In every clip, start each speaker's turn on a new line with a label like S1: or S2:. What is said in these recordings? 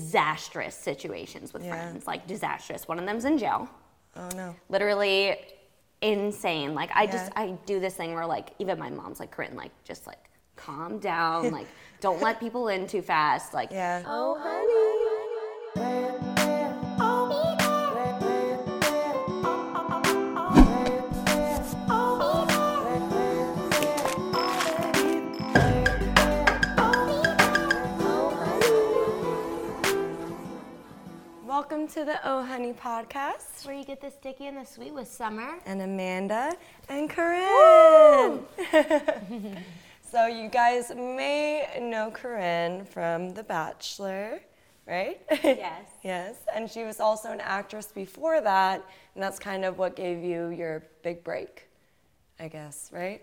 S1: disastrous situations with
S2: Yeah.
S1: friends, like disastrous. One of them's in jail,
S2: Oh no.
S1: literally insane. Like I just
S2: Yeah.
S1: I do this thing where like even my mom's like Corinne, like just like calm down, like don't let people in too fast, like
S2: Yeah.
S3: Oh, honey. Welcome to the Oh Honey podcast.
S4: Where you get the sticky and the sweet with summer.
S2: and Amanda and Corinne. so you guys may know Corinne from The Bachelor, right?
S1: Yes.
S2: yes. And she was also an actress before that, and that's kind of what gave you your big break, I guess, right?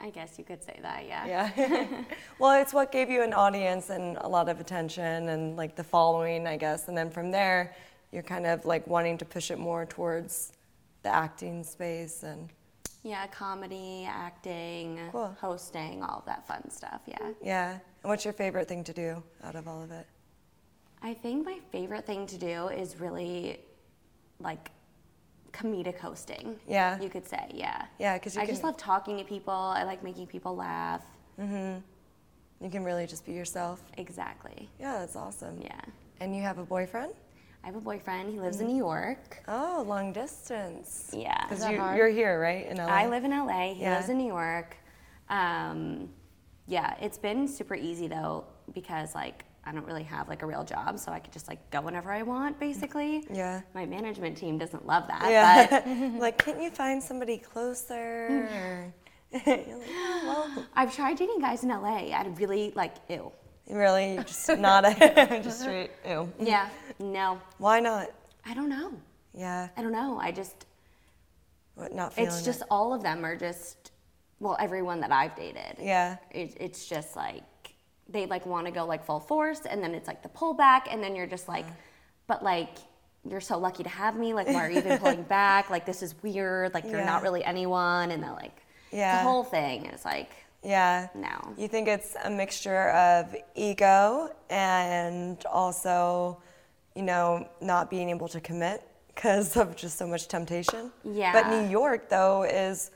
S1: I guess you could say that, yeah.
S2: Yeah. well, it's what gave you an audience and a lot of attention and like the following, I guess. And then from there, you're kind of like wanting to push it more towards the acting space and
S1: Yeah, comedy, acting,
S2: Cool.
S1: hosting, all of that fun stuff, yeah.
S2: Yeah. And what's your favorite thing to do out of all of it?
S1: I think my favorite thing to do is really like comedic hosting.
S2: Yeah.
S1: You could say, yeah.
S2: Yeah, 'cause you
S1: I just
S2: can-
S1: love talking to people. I like making people laugh.
S2: You can really just be yourself.
S1: Exactly.
S2: Yeah, that's awesome.
S1: Yeah.
S2: And you have a boyfriend?
S1: I have a boyfriend. He lives in New York.
S2: Oh, long distance.
S1: Yeah.
S2: Because you, you're here, right? In LA.
S1: I live in LA. He
S2: Yeah.
S1: lives in New York. Um, yeah, it's been super easy though because like I don't really have like a real job, so I could just like go whenever I want basically.
S2: Mm-hmm. Yeah.
S1: My management team doesn't love that. But
S2: Yeah. like, can't you find somebody closer? Or- You're like, oh, well,
S1: I've tried dating guys in LA. I'd really like ew.
S2: really, you're just not a just straight. Ew.
S1: Yeah. No.
S2: Why not?
S1: I don't know.
S2: Yeah,
S1: I don't know. I just
S2: what, not feeling.
S1: it's
S2: it.
S1: just all of them are just well, everyone that I've dated.
S2: Yeah.
S1: It, it's just like they like want to go like full force and then it's like the pullback and then you're just like but like you're so lucky to have me like why are you even pulling back like this is weird like you're
S2: Yeah.
S1: not really anyone and they're like
S2: Yeah.
S1: the whole thing and it's like
S2: Yeah.
S1: No.
S2: You think it's a mixture of ego and also, you know, not being able to commit because of just so much temptation. But
S1: Yeah.
S2: New York, though, is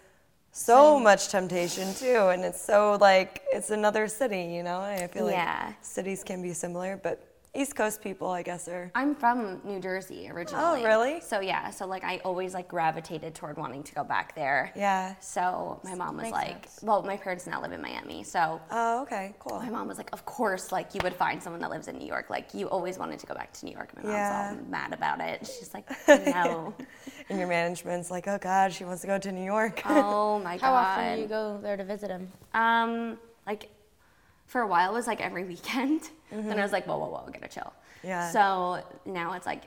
S2: so much temptation too. And it's so like, it's another city, you know? And I feel
S1: Yeah.
S2: like cities can be similar, but East Coast people, I guess, are.
S1: I'm from New Jersey originally.
S2: Oh, really?
S1: So yeah, so like I always like gravitated toward wanting to go back there.
S2: Yeah.
S1: So my mom was
S2: Makes
S1: like, well, my parents now live in Miami, so
S2: Oh, okay, cool.
S1: my mom was like, of course, like you would find someone that lives in New York. Like you always wanted to go back to New York. My mom's
S2: Yeah.
S1: all mad about it. She's like, no.
S2: And your management's like, oh God, she wants to go to New York.
S1: oh my
S4: How
S1: god.
S4: often do you go there to visit him?
S1: Um, like for a while it was like every weekend. Then I was like, whoa, whoa, whoa, gotta chill.
S2: Mm-hmm. Yeah.
S1: So now it's like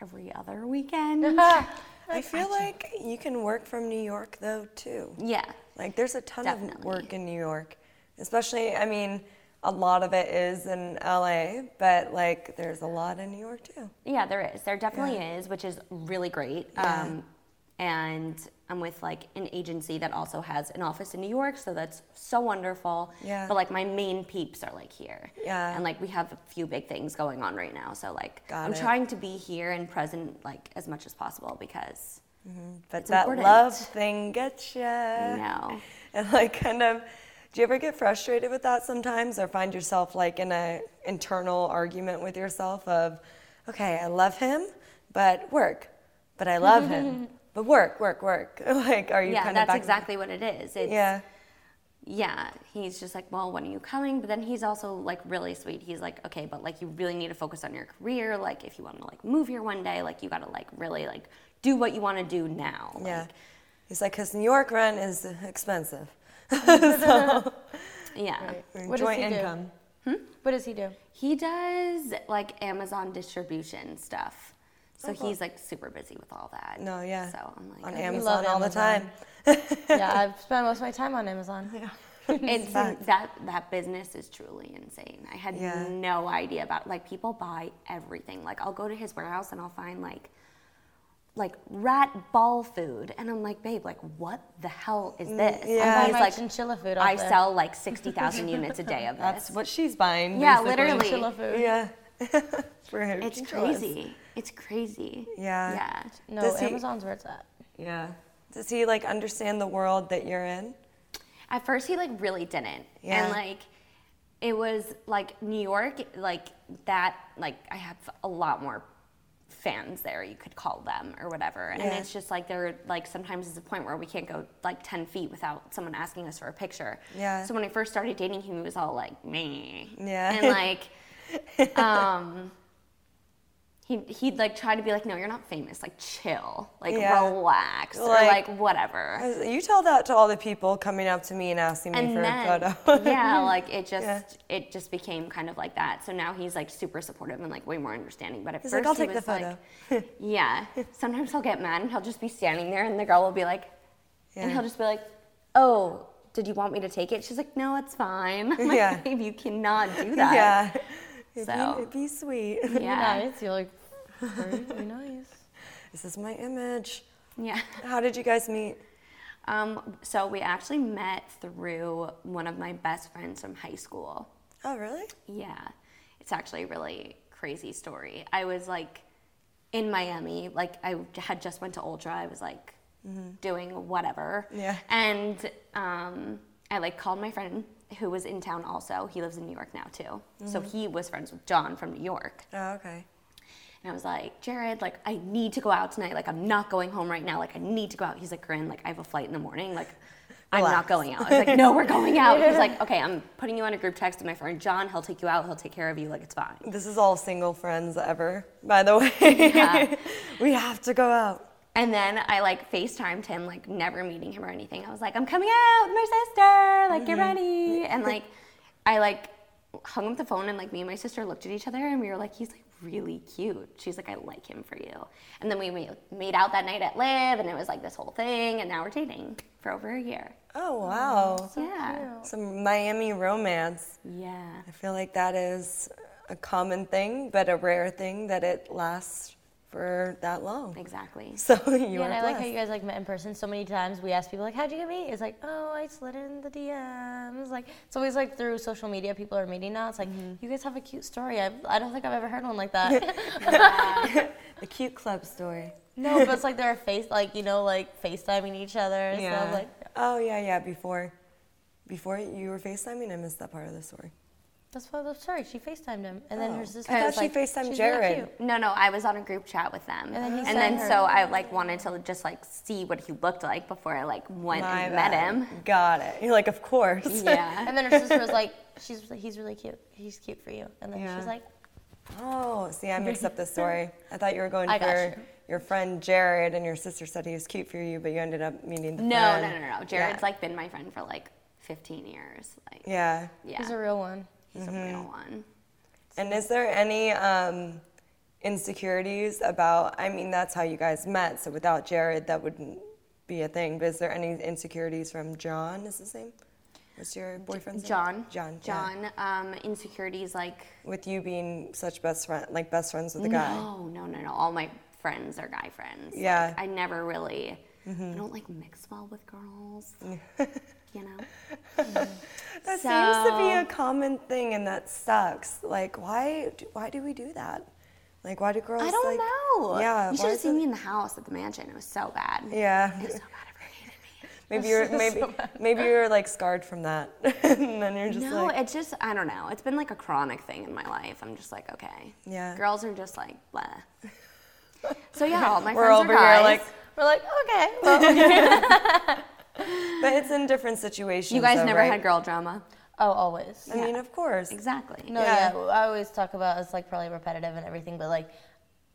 S1: every other weekend.
S2: I feel like you can work from New York though too.
S1: yeah.
S2: Like there's a ton of
S1: Definitely.
S2: work in New York, especially. I mean, a lot of it is in LA, but like there's a lot in New York too.
S1: Yeah, there is. There definitely is, which is really great.
S2: Yeah.
S1: Um, and I'm with like an agency that also has an office in New York, so that's so wonderful.
S2: Yeah.
S1: But like my main peeps are like here.
S2: Yeah.
S1: And like we have a few big things going on right now, so like
S2: Got
S1: I'm
S2: it.
S1: trying to be here and present like as much as possible because
S2: But
S1: It's
S2: that
S1: important.
S2: love thing gets you.
S1: you know
S2: And like kind of, do you ever get frustrated with that sometimes, or find yourself like in a internal argument with yourself of, okay, I love him, but work, but I love him, but work, work, work. Like, are you
S1: yeah,
S2: kind of
S1: that's
S2: back?
S1: exactly what it is. It's,
S2: Yeah.
S1: yeah he's just like well when are you coming but then he's also like really sweet he's like okay but like you really need to focus on your career like if you want to like move here one day like you gotta like really like do what you want to do now Like,
S2: Yeah. He's like, because New York rent is expensive.
S1: yeah
S4: What does
S2: Joint
S4: he do?
S2: income.
S4: What does he do?
S1: he does like amazon distribution stuff so he's like super busy with all that
S2: Uh-huh. No, yeah.
S1: so i'm like
S2: on
S1: okay.
S2: Amazon
S4: love
S2: all the time.
S4: Amazon. yeah, I've spent most of my time on Amazon.
S1: it's that that business is truly insane. I had
S2: Yeah.
S1: no idea about like people buy everything. Like I'll go to his warehouse and I'll find like like rat ball food and I'm like, babe, like what the hell is this?
S2: Mm, yeah.
S1: And
S4: I
S1: he's
S4: buy
S1: like,
S4: chinchilla food off
S1: I
S4: there.
S1: sell like sixty thousand units a day of this.
S2: That's what she's buying.
S1: yeah,
S2: basically.
S1: literally.
S4: Chinchilla food.
S2: Yeah. For who
S1: It's
S2: control us.
S1: crazy. It's crazy.
S2: Yeah.
S1: Yeah.
S4: No,
S2: Does he-
S4: Amazon's where it's at.
S2: Yeah. Does he like understand the world that you're in?
S1: At first, he like really didn't,
S2: Yeah.
S1: and like it was like New York, like that. Like I have a lot more fans there, you could call them or whatever, and
S2: Yeah.
S1: it's just like there. Like sometimes it's a point where we can't go like ten feet without someone asking us for a picture.
S2: Yeah.
S1: So when I first started dating him, he was all like me.
S2: Yeah.
S1: And like. um he, he'd like try to be like no you're not famous like chill like
S2: Yeah.
S1: relax or
S2: Like-
S1: like whatever
S2: You tell that to all the people coming up to me and asking me
S1: and
S2: for
S1: then
S2: a photo.
S1: yeah like it just
S2: Yeah.
S1: it just became kind of like that so now he's like super supportive and like way more understanding but at
S2: He's like,
S1: first
S2: "I'll
S1: he
S2: take the
S1: was like yeah sometimes he'll get mad and he'll just be standing there and the girl will be like and
S2: Yeah.
S1: he'll just be like oh did you want me to take it she's like no it's fine I'm like,
S2: Yeah.
S1: babe you cannot do that
S2: yeah. It'd,
S1: So.
S2: be, it'd be sweet.
S1: yeah
S4: Nice. You're like, very, very nice.
S2: this is my image.
S1: yeah
S2: How did you guys meet?
S1: um so we actually met through one of my best friends from high school
S2: Oh, really?
S1: Yeah, it's actually a really crazy story. I was like in Miami, like I had just went to Ultra. I was like doing whatever.
S2: Yeah.
S1: And um, I like called my friend who was in town also. He lives in New York now too. So he was friends with John from New York.
S2: Oh, okay.
S1: And I was like, Jared, like, I need to go out tonight. Like, I'm not going home right now. Like, I need to go out. He's like, Corinne, like, I have a flight in the morning. Like, I'm
S2: Relax.
S1: not going out. I was like, no, we're going out. He's like, okay, I'm putting you on a group text with my friend John. He'll take you out. He'll take care of you. Like, it's fine.
S2: This is all single friends ever, by the way. we have to go out.
S1: And then I like FaceTimed him, like, never meeting him or anything. I was like, I'm coming out with my sister. Like, get ready. And like, I like hung up the phone and like me and my sister looked at each other and we were like, he's like really cute. She's like, I like him for you. And then we made, made out that night at Live and it was like this whole thing. And now we're dating for over a year.
S2: Oh, wow.
S1: yeah.
S2: Some Miami romance.
S1: Yeah.
S2: I feel like that is a common thing, but a rare thing that it lasts for that long.
S1: Exactly.
S2: So you
S4: Yeah,
S2: are
S4: and I like how
S2: blessed.
S4: you guys like met in person so many times. We ask people like, "How'd you get me?" It's like, "Oh, I slid in the DMs." Like it's always like through social media. People are meeting now. It's like
S1: Mm-hmm.
S4: you guys have a cute story. I, I don't think I've ever heard one like that.
S2: the cute club story.
S4: no, but it's like they're face like you know like FaceTiming each other. and stuff. like
S2: oh yeah, yeah. Before, before you were FaceTiming, I missed that part of the story.
S4: that's why I love story. She FaceTimed him, and then
S2: Oh.
S4: her sister.
S2: I
S4: was
S2: thought she
S4: like,
S2: FaceTimed
S4: "She's
S2: Jared."
S4: Really cute.
S1: No, no, I was on a group chat with them.
S4: then he
S1: And
S4: sent
S1: then
S4: her-
S1: so I like wanted to just like see what he looked like before I like went
S2: My
S1: and met
S2: bad.
S1: him.
S2: Got it. You're like, of course.
S1: Yeah.
S4: And then her sister was like, "She's he's really cute. He's cute for you." And then
S2: Yeah.
S4: she's like,
S2: oh, see, I mixed up the story. I thought you were going
S4: I
S2: for
S4: got you.
S2: your friend Jared, and your sister said he was cute for you, but you ended up meeting the
S1: No,
S2: friend.
S1: no, no, no. Jared's like been my friend for like 15 years. Like, yeah,
S2: Yeah.
S4: "He's a real one."
S1: he's a real one.
S2: And is there any um, insecurities about? I mean, that's how you guys met. So without Jared, that wouldn't be a thing. But is there any insecurities from John? Is his name? What's your boyfriend's
S1: John.
S2: name? John. yeah.
S1: John. Um, insecurities like
S2: with you being such best friend, like best friends with a guy.
S1: no, no, no, no. All my friends are guy friends. Like,
S2: Yeah. Mm-hmm.
S1: I never really. I don't like mix well with girls. you know.
S2: That seems to be
S1: So-
S2: a common thing, and that sucks. Like, why? do- Why do we do that? Like, why do girls?
S1: I don't
S2: like-
S1: know.
S2: Yeah.
S1: You
S2: why
S1: should have
S2: is
S1: seen
S2: it-
S1: me in the house at the mansion. It was so bad.
S2: Yeah.
S1: It was so bad. Everyone hated me.
S2: Maybe you're maybe maybe you're like scarred from that, and then you're just
S1: No,
S2: like,
S1: it's just I don't know. It's been like a chronic thing in my life. I'm just like, okay.
S2: Yeah.
S1: Girls are just like blah. so yeah, all my
S2: we're
S1: friends
S2: over
S1: are
S2: here
S1: guys.
S2: like.
S4: We're like, "Okay." well."
S2: But it's in different situations.
S1: you guys
S2: though,
S1: never
S2: right?
S1: had girl drama.
S4: oh, always.
S2: I mean, of course.
S1: Exactly.
S4: No,
S2: Yeah.
S4: yeah. I always talk about it's like probably repetitive and everything, but like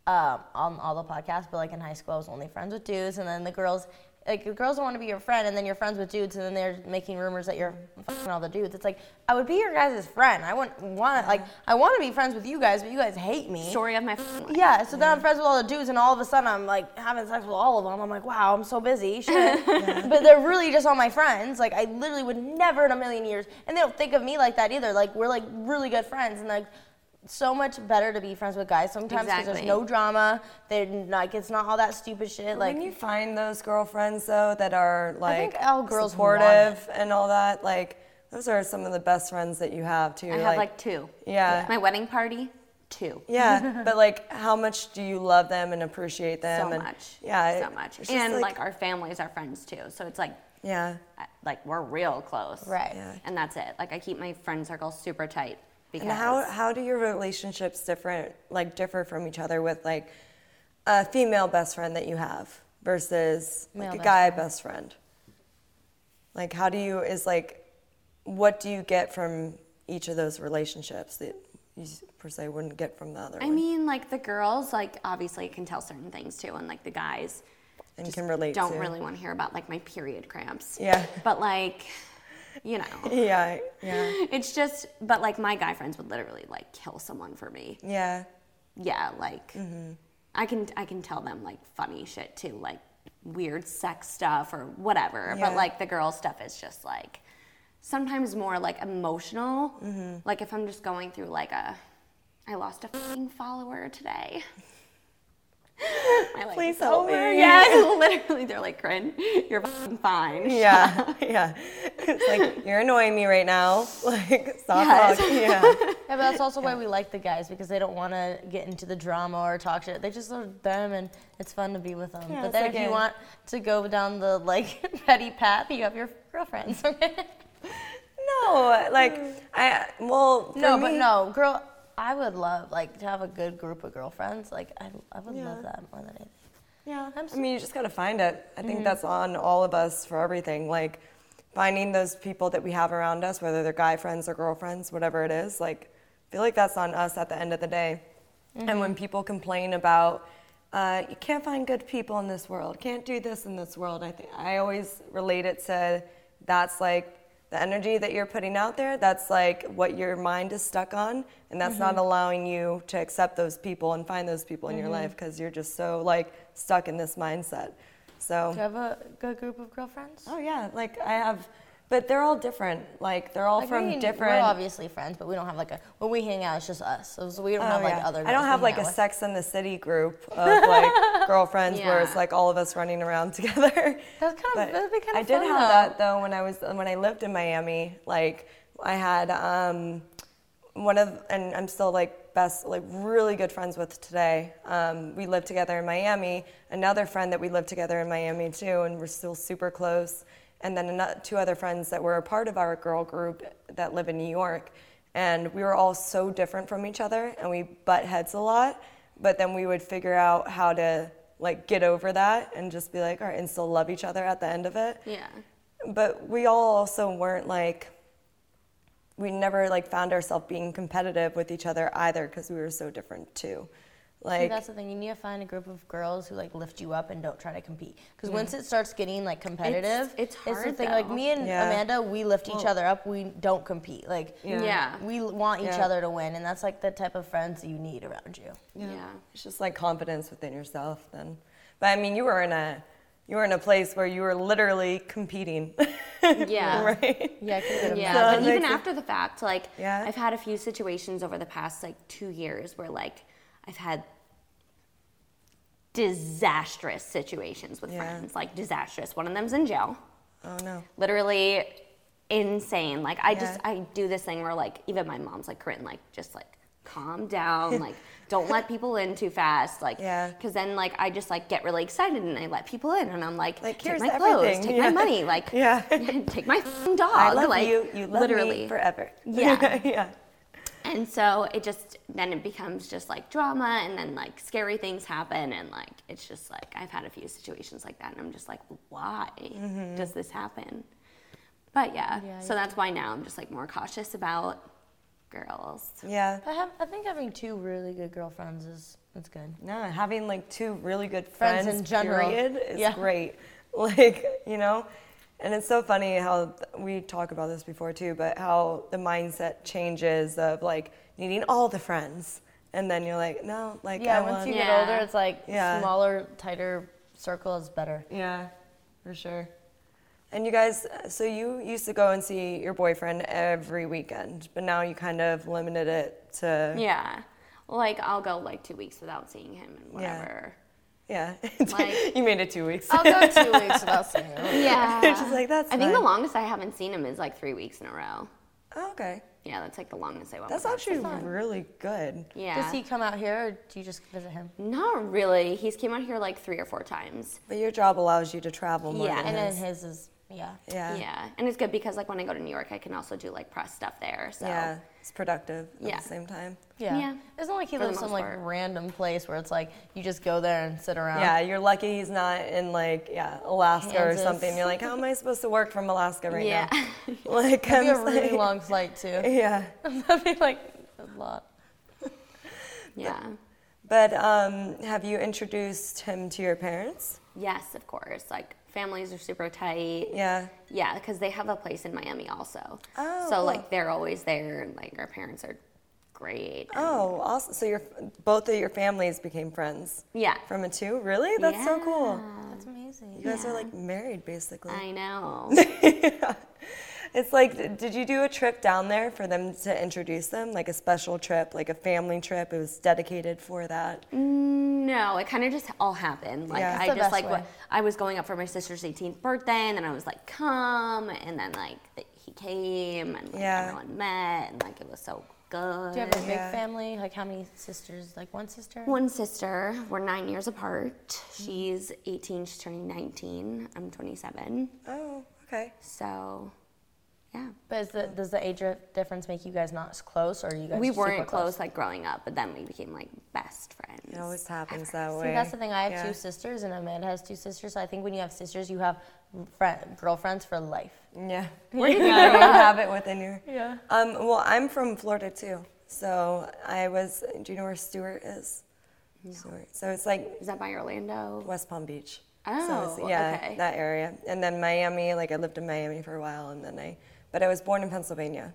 S4: um, on all the podcasts. But like in high school, I was only friends with dudes, and then the girls, like the girls don't want to be your friend, and then you're friends with dudes, and then they're making rumors that you're fucking all the dudes. It's like I would be your guys' friend. I wouldn't want to like I want to be friends with you guys, but you guys hate me.
S1: Story of my f- life.
S4: Yeah, so then I'm friends with all the dudes, and all of a sudden I'm like having sex with all of them. I'm like, wow, I'm so busy. Shit. But they're really just all my friends. Like, I literally would never in a million years, and they don't think of me like that either. Like, we're like really good friends, and like, so much better to be friends with guys sometimes because
S1: Exactly.
S4: there's no drama. They're like, it's not all that stupid shit. Like,
S2: When you find those girlfriends though that are like
S4: think all girls want it.
S2: supportive and all that, like those are some of the best friends that you have too.
S1: I have like two.
S2: Yeah.
S1: My wedding party, two.
S2: Yeah, but like, how much do you love them and appreciate them?
S1: So
S2: and,
S1: much.
S2: Yeah.
S1: So
S2: it-
S1: much.
S2: it's just
S1: And like, our families are friends too. So it's like,
S2: yeah,
S1: I- like we're real close.
S4: Right.
S2: Yeah.
S1: And that's it. Like I keep my friend circle super tight because
S2: And how how do your relationships different like differ from each other with like a female best friend that you have versus like
S4: Male
S2: a
S4: best
S2: guy best friend? Like how do you is like what do you get from each of those relationships that you s- per se wouldn't get from the other
S1: I
S2: one
S1: mean, like the girls, like obviously can tell certain things too, and like the guys
S2: and can relate
S1: don't
S2: to?
S1: really want to hear about like my period cramps.
S2: Yeah.
S1: But like, you know,
S2: Yeah, yeah.
S1: it's just. But like my guy friends would literally like kill someone for me.
S2: Yeah.
S1: Yeah, like
S2: Mm-hmm.
S1: I can I can tell them like funny shit too, like weird sex stuff or whatever. But
S2: Yeah.
S1: like the girl stuff is just like sometimes more like emotional.
S2: Mm-hmm.
S1: Like if I'm just going through like a I lost a fucking follower today. My, like,
S2: Please help me.
S1: Yeah, literally they're like, Corinne, you're fucking fine.
S2: Yeah. Yeah. It's like you're annoying me right now. Like stop
S1: Yes.
S2: talking. Yeah.
S4: Yeah, but that's also why we like the guys because they don't want to get into the drama or talk shit. They just are them and it's fun to be with them. but
S2: it's
S4: then
S2: like
S4: if you
S2: a-
S4: want to go down the like petty path, you have your girlfriends. okay?
S2: No, like I well for
S4: no, but
S2: me-
S4: no, girl. I would love like to have a good group of girlfriends. Like I, I would love that more than anything.
S2: Yeah,
S4: I'm
S2: I mean, you just gotta find it. I
S4: Mm-hmm.
S2: think that's on all of us for everything. Like finding those people that we have around us, whether they're guy friends or girlfriends, whatever it is. Like, I feel like that's on us at the end of the day. And when people complain about uh, you can't find good people in this world, can't do this in this world, I think I always relate it to that's like the energy that you're putting out there. That's like what your mind is stuck on, and that's not allowing you to accept those people and find those people in your life because you're just so like stuck in this mindset. So
S4: Do you have a good group of girlfriends?
S2: Oh yeah, like I have, but they're all different. Like they're all
S4: Like,
S2: from
S4: we,
S2: different.
S4: We're obviously friends, but we don't have like a when we hang out, it's just us. So we don't have
S2: Oh,
S4: like
S2: yeah.
S4: other.
S2: I don't
S4: girls we
S2: have
S4: hang
S2: like
S4: out
S2: a
S4: with.
S2: Sex and the City group of like girlfriends where it's
S1: Yeah.
S2: like all of us running around together.
S4: That's kind of-
S2: But
S4: that'd be kind of
S2: I did
S4: fun,
S2: have
S4: though.
S2: that though when I was when I lived in Miami. Like I had um, one of and I'm still like best like really good friends with today. Um, we lived together in Miami. Another friend that we lived together in Miami too, and we're still super close. And then ano- two other friends that were a part of our girl group that live in New York. And we were all so different from each other, and we butt heads a lot. But then we would figure out how to like get over that and just be like, all right, and still love each other at the end of it
S1: Yeah.
S2: but we all also weren't like we never like found ourselves being competitive with each other either because we were so different too
S4: See,
S2: like
S4: that's the thing. You need to find a group of girls who like lift you up and don't try to compete. Because once it starts getting like competitive,
S1: it's
S4: the
S1: hard,
S4: thing. Like
S1: though.
S4: me and
S2: Yeah.
S4: Amanda, we lift each other up. We don't compete. Like
S1: Yeah. Yeah.
S4: we l- want each
S2: Yeah.
S4: other to win, and that's like the type of friends you need around you.
S2: it's just like confidence within yourself then but i mean you were in a you were in a place where you were literally competing
S1: Yeah. Yeah.
S2: right
S4: Yeah, I can get
S1: Yeah,
S2: So
S1: but
S2: it
S1: even
S2: makes it-
S1: after the fact, like
S2: Yeah.
S1: I've had a few situations over the past like two years where like I've had disastrous situations with
S2: Yeah.
S1: friends, like disastrous. One of them's in jail,
S2: oh no
S1: literally insane. Like I just
S2: Yeah.
S1: I do this thing where like even my mom's like Corinne, like just like calm down, like don't let people in too fast, like
S2: Yeah.
S1: because then like I just like get really excited and I let people in and I'm like,
S2: Like,
S1: take
S2: here's
S1: my clothes,
S2: everything."
S1: take
S2: Yeah.
S1: my money, like
S2: Yeah.
S1: take my f***ing dog,
S2: i love
S1: like
S2: you you love me forever
S1: Yeah.
S2: yeah
S1: and so it just then it becomes just like drama and then like scary things happen and like it's just like I've had a few situations like that and I'm just like why does this happen? But Mm-hmm. yeah,
S4: Yeah,
S1: so that's why now I'm just like more cautious about girls.
S2: yeah
S4: I have. I think having two really good girlfriends is that's good.
S2: No, having like two really good friends,
S4: Friends in general.
S2: period is
S4: Yeah.
S2: great. Like, you know, and it's so funny how th- we talk about this before too, but how the mindset changes of like needing all the friends. And then you're like, no, like
S4: Yeah,
S2: I
S4: once
S2: want,
S4: you
S1: get
S4: get
S1: Yeah.
S4: older,
S1: older,
S4: it's like
S2: Yeah.
S4: smaller, tighter circle is better.
S2: yeah, for sure. And you guys, uh, so you used to go and see your boyfriend every weekend, but now you kind of limited it to
S1: Yeah, like I'll go like two weeks without seeing him and whatever.
S2: yeah.
S1: Like-
S2: you made it two weeks.
S4: I'll go two weeks without seeing you.
S1: Yeah,
S2: Just like, that's
S1: I think the
S2: fine.
S1: longest I haven't seen him is like three weeks in a row.
S2: Oh, okay.
S1: Yeah, that's like the longest I went.
S2: That's
S1: without
S2: actually
S1: someone.
S2: really good.
S1: yeah.
S4: Does he come out here, or do you just visit him?
S1: Not really. He's came out here like three or four times.
S2: But your job allows you to travel more.
S1: Yeah,
S2: than
S4: And then
S2: his.
S4: his is yeah.
S2: yeah.
S1: Yeah. and it's good because like when I go to New York, I can also do like press stuff there. So
S2: Yeah, It's productive at
S1: Yeah.
S2: the same time.
S4: Yeah.
S1: Yeah.
S4: It's not like he
S1: For the
S4: lives some
S1: most
S4: like
S1: part.
S4: random place where it's like you just go there and sit around.
S2: Yeah, you're lucky he's not in like yeah Alaska
S4: Kansas.
S2: or something. You're like, how am I supposed to work from Alaska right
S1: yeah,
S2: now? Like,
S4: It'd be
S2: I'm
S4: a really
S2: like-
S4: long flight too.
S2: Yeah,
S4: That'd be like a lot.
S1: yeah,
S2: but um, have you introduced him to your parents?
S1: yes, of course. Like families are super tight.
S2: Yeah.
S1: Yeah, because they have a place in Miami also.
S2: Oh,
S1: So
S2: cool.
S1: like they're always there, and like our parents are great. and-
S2: Oh, awesome. So your both of your families became friends
S1: yeah.
S2: from it too. Really? That's so cool.
S1: Um,
S4: That's amazing.
S2: You guys are like married basically.
S1: I know.
S2: It's like, d- did you do a trip down there for them to introduce them, like a special trip, like a family trip? It was dedicated for that.
S1: No, it kind of just all happened. Like
S2: Yeah. That's
S1: I
S4: the
S1: just
S4: best
S1: like
S4: way.
S1: wa- I was going up for my sister's 18th birthday, and then I was like, "Come," and then like th- he came, and like,
S2: Yeah.
S1: everyone met, and like it was so good.
S4: Do you have a big
S2: Yeah.
S4: family? Like how many sisters? Like one sister?
S1: One sister. We're nine years apart. She's 18. She's turning 19. I'm 27.
S2: Oh, okay.
S1: So, yeah,
S4: But is the, does the age dif- difference make you guys not as close, or are you guys
S1: we
S4: super
S1: weren't close like growing up, but then we became like best friends.
S2: It always happens that
S4: See,
S2: way.
S4: that's the thing. I have
S2: Yeah.
S4: two sisters, and Amanda has two sisters. So I think when you have sisters, you have friend, girlfriends for life.
S2: Yeah. Where did you grow up? have it within your? Yeah. Um, well, I'm from Florida too. So I was, do you know where Stewart is? Stewart. So it's like
S1: Is that by Orlando?
S2: West Palm Beach. so
S1: Oh,
S2: it's, yeah,
S1: okay.
S2: that area. And then Miami, like I lived in Miami for a while and then I, but I was born in Pennsylvania.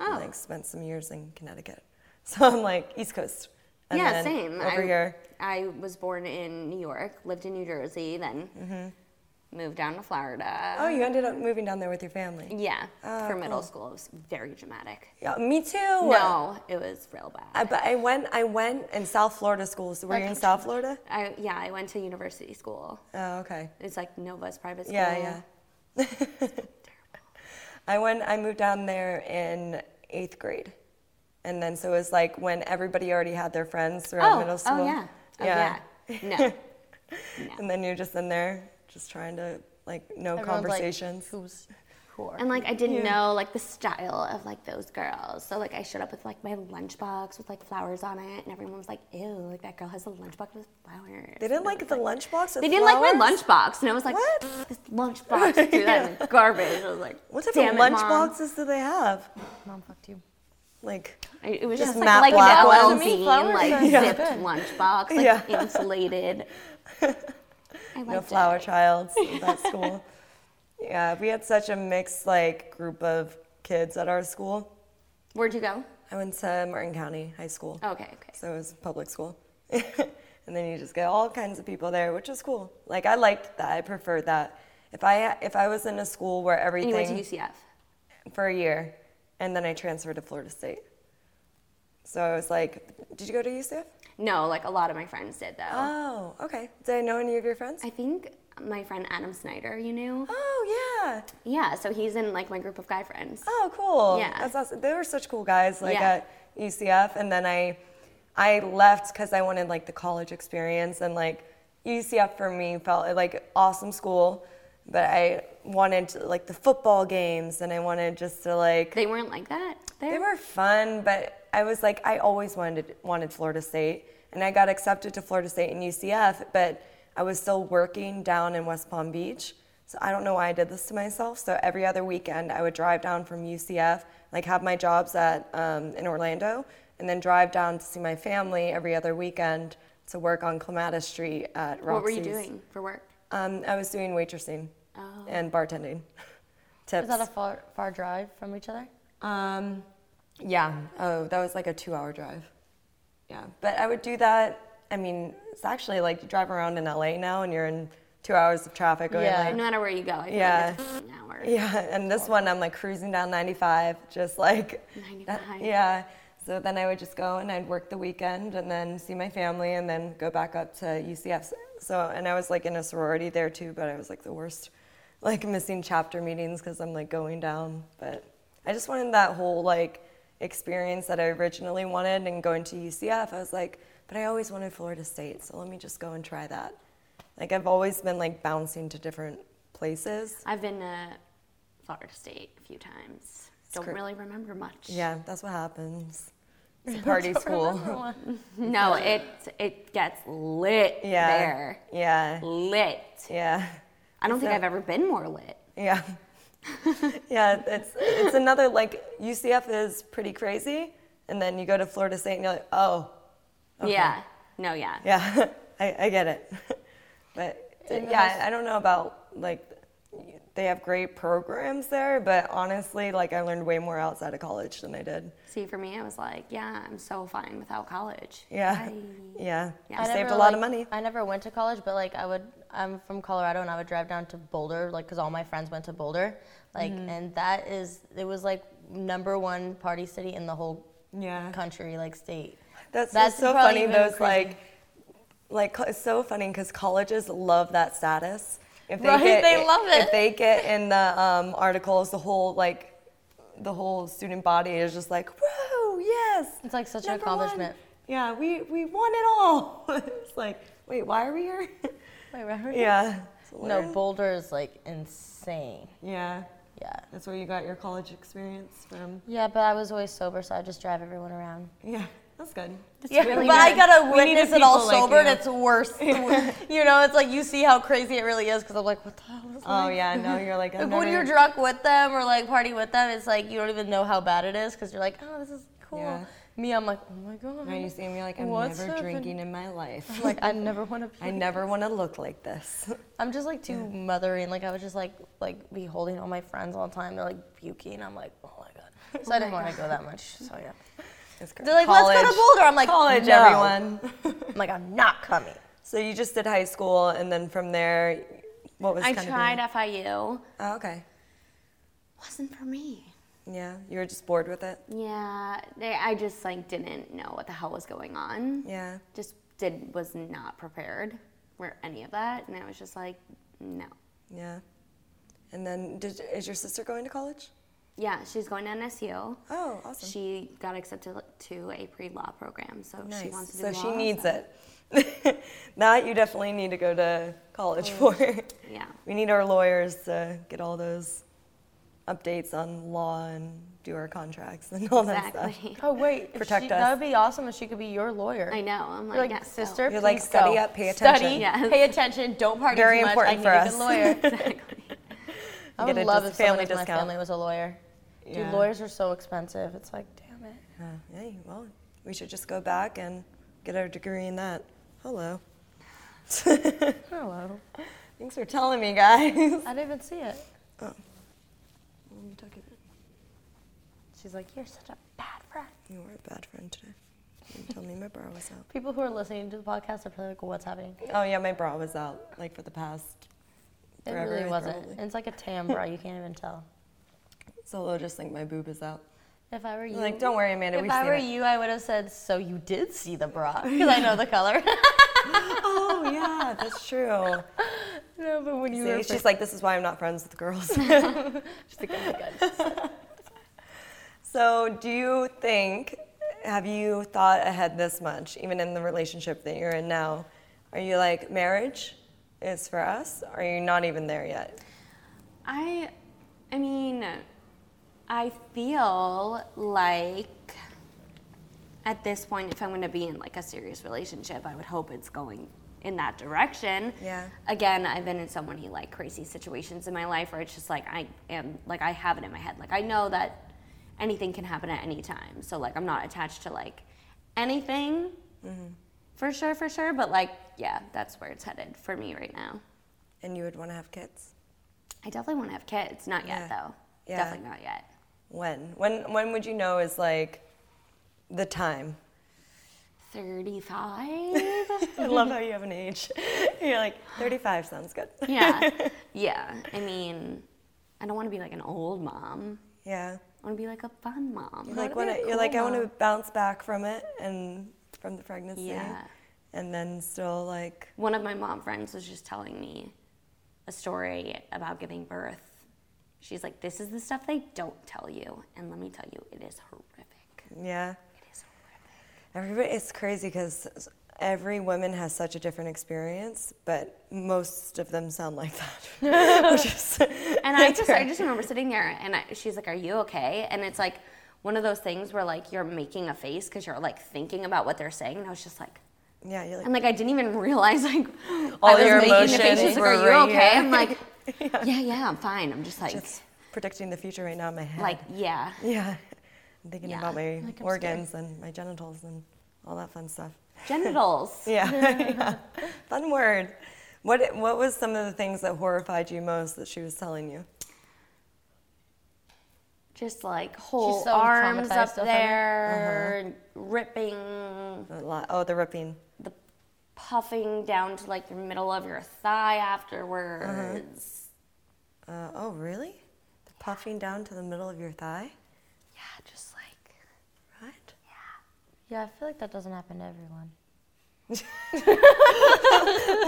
S2: And,
S1: Oh.
S2: like spent some years in Connecticut. So I'm like East Coast. And
S1: yeah,
S2: then
S1: same. I,
S2: Over here.
S1: I was born in New York, lived in New Jersey, then
S2: Mm-hmm.
S1: moved down to Florida.
S2: Oh, you ended up moving down there with your family.
S1: Yeah,
S2: Oh,
S1: for middle
S2: cool.
S1: school, it was very dramatic.
S2: Yeah, me too.
S1: No, it was real bad.
S2: I, but I went, I went in South Florida schools. Were you in South Florida?
S1: I, yeah, I went to university school.
S2: Oh, okay.
S1: It's like Nova's private school.
S2: Yeah, yeah. I went. I moved down there in eighth grade, and then so it was like when everybody already had their friends throughout
S1: Oh,
S2: middle
S1: oh,
S2: school.
S1: yeah. Oh, yeah. No.
S2: And then you're just in there, just trying to like no
S4: Everyone's like,
S2: conversations.
S4: who's who? Are.
S1: And like I didn't know like the style of like those girls. So like I showed up with like my lunchbox with like flowers on it and everyone was like, ew, like that girl has a lunchbox with flowers.
S2: they didn't like the lunchbox. with
S1: They didn't like my
S2: flowers?
S1: lunchbox, and I was like,
S2: What?
S1: "This lunchbox, dude, that is garbage." I was like,
S2: What type
S1: Damn
S2: of
S1: it, Mom."
S2: lunchboxes do they have?
S4: Mom fucked you.
S2: Like,
S1: I- It was
S2: Just
S1: just,
S2: Matt
S1: like,
S2: Blackwell.
S1: like an
S4: Doesn't mean
S1: LLZ,
S4: flowers
S1: like
S4: are
S1: zipped lunchbox, like
S2: Yeah.
S1: insulated. I
S2: no
S1: liked
S2: flower
S1: it.
S2: childs at that school. Yeah, we had such a mixed like group of kids at our school.
S1: Where'd you go?
S2: I went to Martin County High School.
S1: Okay, okay.
S2: So it was public school. and then you just get all kinds of people there, which is cool. Like I liked that. I preferred that. If I if I was in a school where
S1: And you went to
S2: everything
S1: UCF.
S2: for a year and then I transferred to Florida State. So I was like, did you go to UCF?
S1: No, like a lot of my friends did though.
S2: Oh, okay. Did I know any of your friends?
S1: I think my friend Adam Snyder, you knew.
S2: oh yeah.
S1: Yeah, so he's in like my group of guy friends.
S2: Oh, cool.
S1: Yeah.
S2: That's awesome. They were such cool guys like
S1: Yeah.
S2: at UCF and then I I left cuz I wanted like the college experience and like UCF for me felt like awesome school, but I wanted like the football games and I wanted just to like
S1: They weren't like that there.
S2: they were fun, but I was like, I always wanted wanted Florida State, and I got accepted to Florida State and UCF, but I was still working down in West Palm Beach, so I don't know why I did this to myself. So every other weekend, I would drive down from UCF, like have my jobs at um, in Orlando, and then drive down to see my family every other weekend to work on Clematis Street at Roxy's.
S1: what were you doing Oh. for work?
S2: Um, I was doing waitressing and bartending. Tips.
S4: Is that a far far drive from each other?
S2: Um, yeah. Oh, that was like a two-hour drive. Yeah, but I would do that. I mean, it's actually like you drive around in LA now, and you're in two hours of traffic going
S4: Yeah.
S1: No
S2: like.
S1: matter where you go, I feel
S2: Yeah.
S1: like it's an hour.
S2: Yeah, and this one I'm like cruising down 95, just like.
S1: 95.
S2: yeah. So then I would just go and I'd work the weekend and then see my family and then go back up to UCF. So and I was like in a sorority there too, but I was like the worst, like missing chapter meetings because I'm like going down. But I just wanted that whole like experience that I originally wanted and going to UCF, I was like, but I always wanted Florida State, so let me just go and try that. Like I've always been like bouncing to different places.
S1: I've been to Florida State a few times. Don't
S2: cr-
S1: really remember much.
S2: Yeah, that's what happens. It's a party school.
S1: No, it it gets lit
S2: Yeah.
S1: there.
S2: Yeah.
S1: Lit.
S2: Yeah.
S1: I don't think
S2: that-
S1: I've ever been more lit.
S2: Yeah. yeah, it's it's another like UCF is pretty crazy and then you go to Florida State and you're like, "Oh,
S1: Yeah. No, yeah.
S2: Yeah, I, I get it. but uh, yeah, I don't know about like they have great programs there, but honestly, like I learned way more outside of college than I did.
S1: See, for me, I was like, yeah, I'm so fine without college.
S2: Yeah,
S1: I-
S2: yeah.
S1: Yeah.
S2: I,
S1: I
S2: saved
S4: never,
S2: a lot
S4: like-
S2: of money.
S4: I never went to college, but like I would, I'm from Colorado and I would drive down to Boulder, like because all my friends went to Boulder, like,
S2: Mm-hmm.
S4: and that is, it was like number one party city in the whole
S2: Yeah,
S4: country, like state.
S2: that's,
S4: That's
S2: that's so
S4: probably
S2: funny.
S4: even
S2: Those
S4: crazy.
S2: like, like co- it's so funny because colleges love that status. If
S4: Right? They love
S2: If
S4: it.
S2: they get in the um, articles, the whole like, the whole student body is just like, whoa, yes.
S4: It's like such an
S2: Number one.
S4: accomplishment.
S2: Yeah, we we won it all. it's like, wait, why are we here?
S4: Wait, remember?
S2: yeah.
S4: No,
S2: Learn.
S4: Boulder is like insane.
S2: yeah.
S4: Yeah.
S2: That's where you got your college experience from.
S4: Yeah, but I was always sober, so I just drive everyone around.
S2: Yeah, that's good.
S4: yeah,
S1: really
S4: but I
S1: good.
S4: gotta
S2: We needed
S4: witness it all
S2: people like
S4: sober, and
S2: you.
S4: it's worse. you know, it's like you see how crazy it really is because I'm like, what the hell is
S2: Oh yeah, no, you're like, I've
S4: Like, when
S2: never-
S4: you're drunk with them or like party with them, it's like you don't even know how bad it is because you're like, oh, this is cool.
S2: Yeah.
S4: Me, I'm like, oh my god.
S2: Now you see me like, I'm
S4: What's
S2: never
S4: happened?
S2: drinking in my life.
S4: I'm like I never want to.
S2: I never want to look like this.
S4: I'm just like too mothery and like I was just like like be holding all my friends all the time. They're like puking. I'm like, oh my god. So I didn't want to go that much. So yeah.
S2: It's cr-
S4: They're like, let's go to
S2: College.
S4: Boulder. I'm like,
S2: College,
S4: no.
S2: everyone.
S4: I'm like, I'm not coming.
S2: So you just did high school, and then from there, what was
S1: I
S2: kind
S1: tried
S2: Of
S1: FIU.
S2: your- oh, okay.
S1: Wasn't for me.
S2: Yeah, you were just bored with it.
S1: Yeah, they, I just like didn't know what the hell was going on.
S2: Yeah.
S1: Just did was not prepared for any of that, and I was just like, no.
S2: Yeah. And then, did, is your sister going to college?
S1: Yeah, she's going to NSU.
S2: Oh, awesome.
S1: She got accepted to a pre-law program, so she wants to do
S2: so
S1: law.
S2: she needs
S1: so-
S2: it. that you definitely need to go to college
S4: Oh.
S2: for.
S1: Yeah.
S2: We need our lawyers to get all those updates on law and do our contracts and all that stuff.
S1: Exactly.
S4: Oh wait, if
S2: Protect
S4: she- That
S2: us.
S4: would be awesome if she could be your lawyer.
S1: I know. I'm like,
S4: You're like,
S1: yes, so-
S4: sister,
S2: You're like,
S4: please
S2: study
S4: go.
S2: up, pay
S4: Study,
S2: attention."
S1: Yes.
S4: pay attention, don't party
S2: Very
S4: too much.
S2: important
S4: I
S2: for
S4: need
S2: us.
S4: a good lawyer.
S1: exactly.
S4: I
S2: Get
S4: would
S2: a
S4: love
S2: dis-
S4: if someone
S2: family
S4: in my
S2: discount.
S4: family was a lawyer.
S2: Yeah.
S4: Dude, lawyers are so expensive. It's like, damn it.
S2: Uh, hey, well, we should just go back and get our degree in that. Hello. Thanks
S4: Hello.
S2: for telling me, guys.
S4: I didn't even see it.
S2: Let me tuck it in.
S4: She's like, you're such a bad friend.
S2: You were a bad friend today. You didn't tell me my bra was out.
S4: People who are listening to the podcast are probably like, what's happening?
S2: Oh yeah, my bra was out like for the past.
S4: It
S2: Forever,
S4: really wasn't.
S2: probably.
S4: It's like a tam bra. You can't even tell.
S2: So they'll just think my boob is out.
S4: If I were you,
S2: Like, don't worry, Amanda.
S4: if
S2: we've
S4: I
S2: seen
S4: were
S2: it.
S4: you, I would have said, so you did see the bra because I know the color.
S2: Oh yeah, that's true.
S4: no, but when you
S2: See,
S4: were
S2: she's like, this is why I'm not friends with girls.
S4: just like, oh my god.
S2: so, do you think? Have you thought ahead this much, even in the relationship that you're in now? Are you like marriage is for us? Or are you not even there yet?
S1: I, I mean, I feel like at this point, if I'm going to be in like a serious relationship, I would hope it's going in that direction.
S2: Yeah.
S1: Again, I've been in so many like crazy situations in my life where it's just like I am like I have it in my head. Like I know that anything can happen at any time. So like I'm not attached to like anything for sure, for sure. But like yeah, that's where it's headed for me right now.
S2: And you would want to have kids?
S1: I definitely want to have kids. Not yet,
S2: Yeah.
S1: though.
S2: Yeah.
S1: Definitely not yet.
S2: When? When? When would you know is like the time?
S1: 35?
S2: I love how you have an age. You're like 35 sounds good.
S1: yeah. Yeah. I mean, I don't want to be like an old mom.
S2: Yeah.
S1: I want to be like a fun mom.
S2: like
S4: wanna
S2: when
S4: be
S2: I,
S4: a
S2: you're like
S4: cool
S2: I want to
S4: mom.
S2: bounce back from it and from the pregnancy,
S1: Yeah.
S2: and then still like
S1: One of my mom friends was just telling me a story about giving birth. She's like, this is the stuff they don't tell you. And let me tell you, it is horrific.
S2: Yeah. Everybody, it's crazy because every woman has such a different experience, but most of them sound like that. Which is,
S1: And I just, I just remember sitting there, and I, she's like, "Are you okay?" And it's like one of those things where like you're making a face because you're like thinking about what they're saying, and I was just like,
S2: yeah, you're like,
S1: and like I didn't even realize like
S2: All
S1: I was
S2: your
S1: making the face.
S2: emotions
S1: She's like,
S2: were
S1: "Are you
S2: right
S1: okay?"
S2: here.
S1: I'm like, yeah. yeah, I'm fine. I'm just like,
S2: it's predicting the future right now in my head.
S1: like yeah.
S2: yeah. I'm thinking
S1: Yeah,
S2: about my
S1: like, I'm
S2: organs and my genitals and all that fun stuff.
S1: genitals.
S2: Yeah. yeah. Fun word. What, what was some of the things that horrified you most that she was telling you?
S1: Just like whole
S4: so
S1: arms
S4: traumatized
S1: up
S4: from it.
S2: Uh-huh.
S1: there, ripping,
S2: A lot. Oh, the ripping.
S1: the puffing down to like your middle of your thigh afterwards.
S2: Uh, oh, really? The puffing down to the middle of your thigh? Uh-huh.
S1: Yeah, just like
S2: Right?
S4: Yeah, I feel like that doesn't happen to everyone.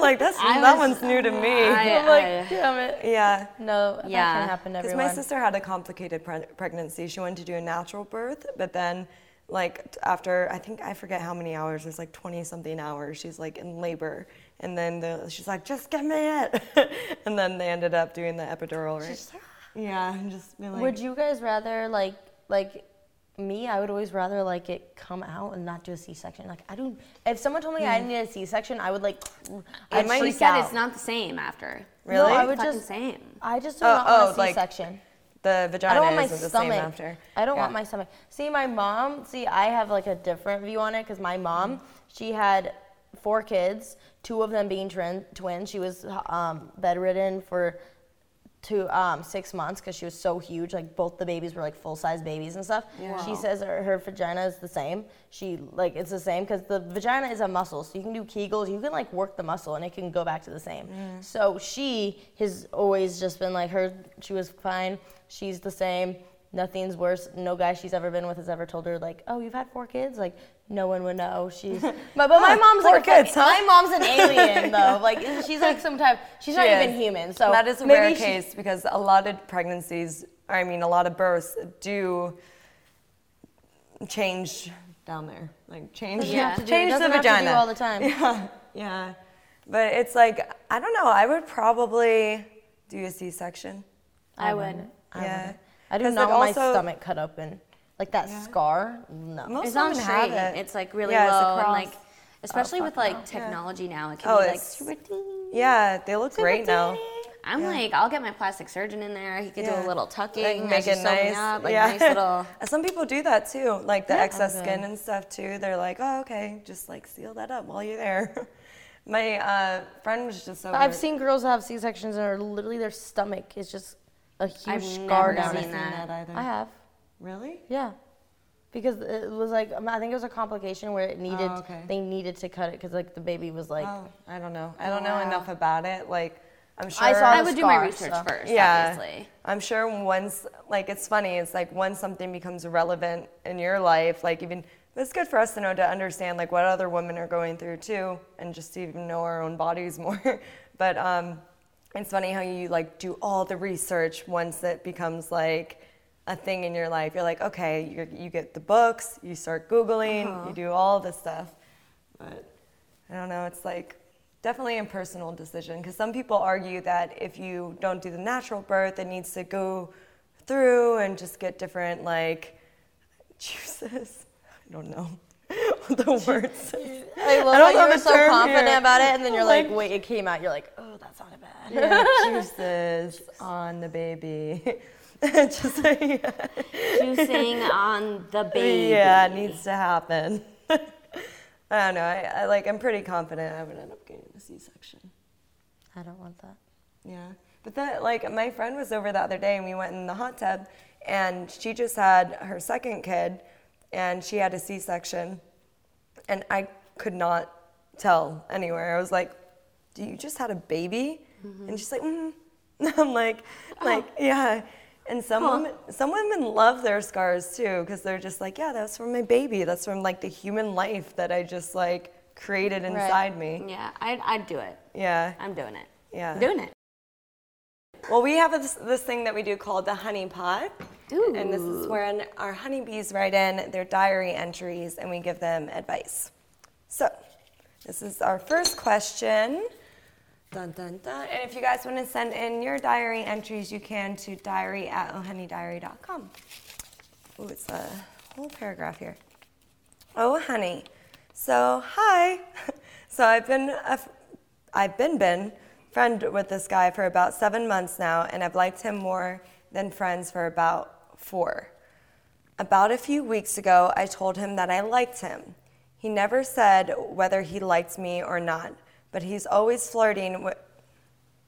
S2: like, that's,
S1: I
S2: that
S1: was-
S2: one's new to me.
S1: I- I-
S4: damn it.
S2: yeah.
S4: No,
S1: Yeah.
S4: that can happen to
S2: Because
S4: everyone.
S2: my sister had a complicated pre- pregnancy. She wanted to do a natural birth, but then, like, t- after I think I forget how many hours, it was like 20 something hours, she's like in labor. And then the, she's like, just give me it. and then they ended up doing the epidural, right? yeah, and just being like,
S4: "Ah." Would you guys rather like like me? I would always rather like it come out and not do a C-section. Like I don't. If someone told me I
S1: Hmm.
S4: needed a C-section, I would like. I
S1: And she
S4: freak
S1: said
S4: out.
S1: it's not the same after.
S2: Really?
S4: No, I
S1: It's
S4: would
S1: fucking
S4: just.
S1: same.
S4: I just do
S2: Oh,
S4: not want
S2: oh,
S4: a
S2: like-
S4: C-section.
S2: the vagina
S4: I don't want my
S2: isn't the same
S4: stomach.
S2: after.
S4: I don't
S2: Yeah.
S4: want my stomach. See, my mom. See, I have like a different view on it because my mom, she had four kids, two of them being twin, twins. She was um, bedridden for two um, six months because she was so huge. Like both the babies were like full size babies and stuff. She says her, her vagina is the same. She like it's the same because the vagina is a muscle, so you can do Kegels. You can like work the muscle and it can go back to the same.
S2: Mm.
S4: So she has always just been like her. She was fine. She's the same. Nothing's worse. No guy she's ever been with has ever told her like, "Oh, you've had four kids." Like, no one would know. She's, but, but my mom's
S2: four
S4: like, a fucking-
S2: kids, huh?
S4: my mom's an alien though. Like, she's like some type. She's not
S2: is.
S4: even human. So
S2: that is a
S4: maybe
S2: rare
S4: she-
S2: case because a lot of pregnancies, I mean, a lot of births do change down there, like change,
S1: Doesn't have to
S4: do-
S2: change the
S4: doesn't have to do
S2: vagina
S4: all the time.
S2: Yeah, yeah. But it's like I don't know. I would probably do a C-section.
S1: I
S2: Oh,
S1: would.
S4: I
S2: Yeah.
S4: wouldn't. I do
S2: 'Cause
S4: not
S2: it
S4: want my
S2: also-
S4: stomach cut open. Like that scar? No.
S2: Most
S1: It's on
S2: women have
S1: straight.
S2: it.
S1: It's like really
S2: Yeah, it's
S1: low
S2: across.
S1: and like, especially with like technology now, it can
S2: Oh,
S1: be like
S2: it's-
S1: super teeny.
S2: yeah, they look great now.
S1: I'm like, I'll get my plastic surgeon in there. He could do a
S2: Yeah.
S1: little tucking,
S2: Like,
S1: as you're sewing Up, like nice little.
S2: Some people do that too, like the excess
S4: Okay.
S2: skin and stuff too. They're like, oh, okay, just like seal that up while you're there. My uh, friend was just over.
S4: I've seen girls have C sections and are literally their stomach is just a huge
S1: I've never
S4: scar down
S1: seen
S4: it.
S1: that.
S2: either.
S4: I have.
S2: Really?
S4: Yeah. Because it was like um, I think it was a complication where it needed
S2: Oh, okay.
S4: they needed to cut it because like the baby was like
S2: Oh, I don't know. I don't know enough about it. Like, I'm sure.
S4: I saw
S1: I
S4: the
S1: would do my
S4: scar,
S1: research
S4: so-
S1: first,
S2: yeah,
S1: obviously.
S2: I'm sure once, like, it's funny. It's like once something becomes relevant in your life, like even it's good for us to know to understand like what other women are going through too, and just to even know our own bodies more. but um, it's funny how you like do all the research once it becomes like a thing in your life. You're like, okay, you're, you get the books, you start googling,
S1: Uh-huh.
S2: you do all this stuff. But I don't know. It's like definitely a personal decision because some people argue that if you don't do the natural birth, it needs to go through and just get different like juices. I don't know what the words.
S4: I love
S2: I don't
S4: how
S2: know
S4: you were
S2: the
S4: so
S2: term
S4: confident
S2: here.
S4: about it and then you're
S2: Like-
S4: like, wait, it came out. You're like, oh, that sounded bad.
S2: juices on the baby. just like,
S1: Juicing on the baby.
S2: yeah, it needs to happen. I don't know. I, I like. I'm pretty confident I would end up getting a C-section.
S4: I don't want that.
S2: Yeah. But that, like, my friend was over the other day and we went in the hot tub and she just had her second kid and she had a C section. And I could not tell anywhere. I was like, Do you just had a baby? And she's like, Mm. I'm like, like, yeah. And some women, some women love their scars too, because they're just like, yeah, that's from my baby. That's from like the human life that I just like created inside me.
S1: Yeah, I'd, I'd do it.
S2: Yeah.
S1: I'm doing it.
S2: Yeah.
S1: I'm doing it.
S2: Well, we have this, this thing that we do called the honey pot,
S1: Ooh.
S2: And this is where an- our honeybees write in their diary entries and we give them advice. So, this is our first question. Dun, dun, dun. And if you guys want to send in your diary entries, you can to diary at ohoneydiary.com. Ooh, it's a whole paragraph here. Oh, honey. So, hi. So, I've been a f- I've been been friend with this guy for about 7 months now and I've liked him more than friends for about 4. About a few weeks ago, I told him that I liked him. He never said whether he liked me or not, but he's always flirting wi-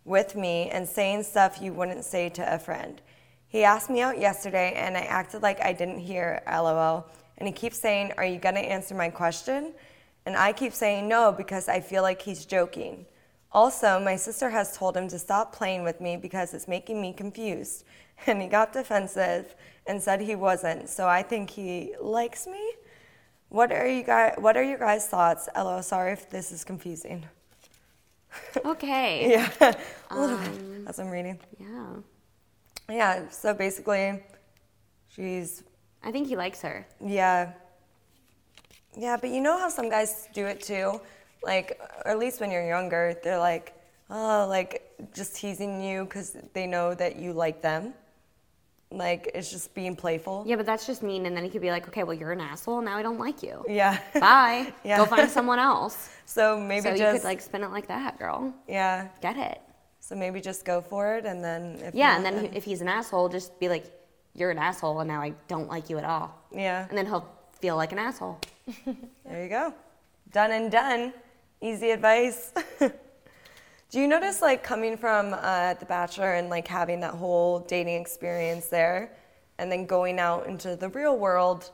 S2: with me and saying stuff you wouldn't say to a friend. He asked me out yesterday and I acted like I didn't hear, lol. And he keeps saying, Are you gonna answer my question? And I keep saying no because I feel like he's joking. Also, my sister has told him to stop playing with me because it's making me confused. And he got defensive and said he wasn't, so I think he likes me. What are you guys what are your guys' thoughts? LO, sorry if this is confusing.
S1: Okay.
S2: Yeah. a little bit as I'm reading.
S1: yeah.
S2: Yeah, so basically, she's,
S1: I think he likes her.
S2: yeah. Yeah, but you know how some guys do it too? Like, or at least when you're younger, they're like, oh, like just teasing you because they know that you like them. Like, it's just being playful.
S1: Yeah, but that's just mean. And then he could be like, okay, well, you're an asshole. Now I don't like you.
S2: Yeah.
S1: Bye.
S2: Yeah.
S1: Go find someone else.
S2: so maybe
S1: so
S2: just,
S1: you could like spin it like that, girl.
S2: yeah.
S1: Get it.
S2: So maybe just go for it and then if
S1: Yeah,
S2: not,
S1: and then he- if he's an asshole, just be like, you're an asshole, and now I don't like you at all.
S2: yeah.
S1: And then he'll feel like an asshole.
S2: There you go. Done and done. Easy advice. Do you notice, like, coming from uh, The Bachelor and, like, having that whole dating experience there and then going out into the real world,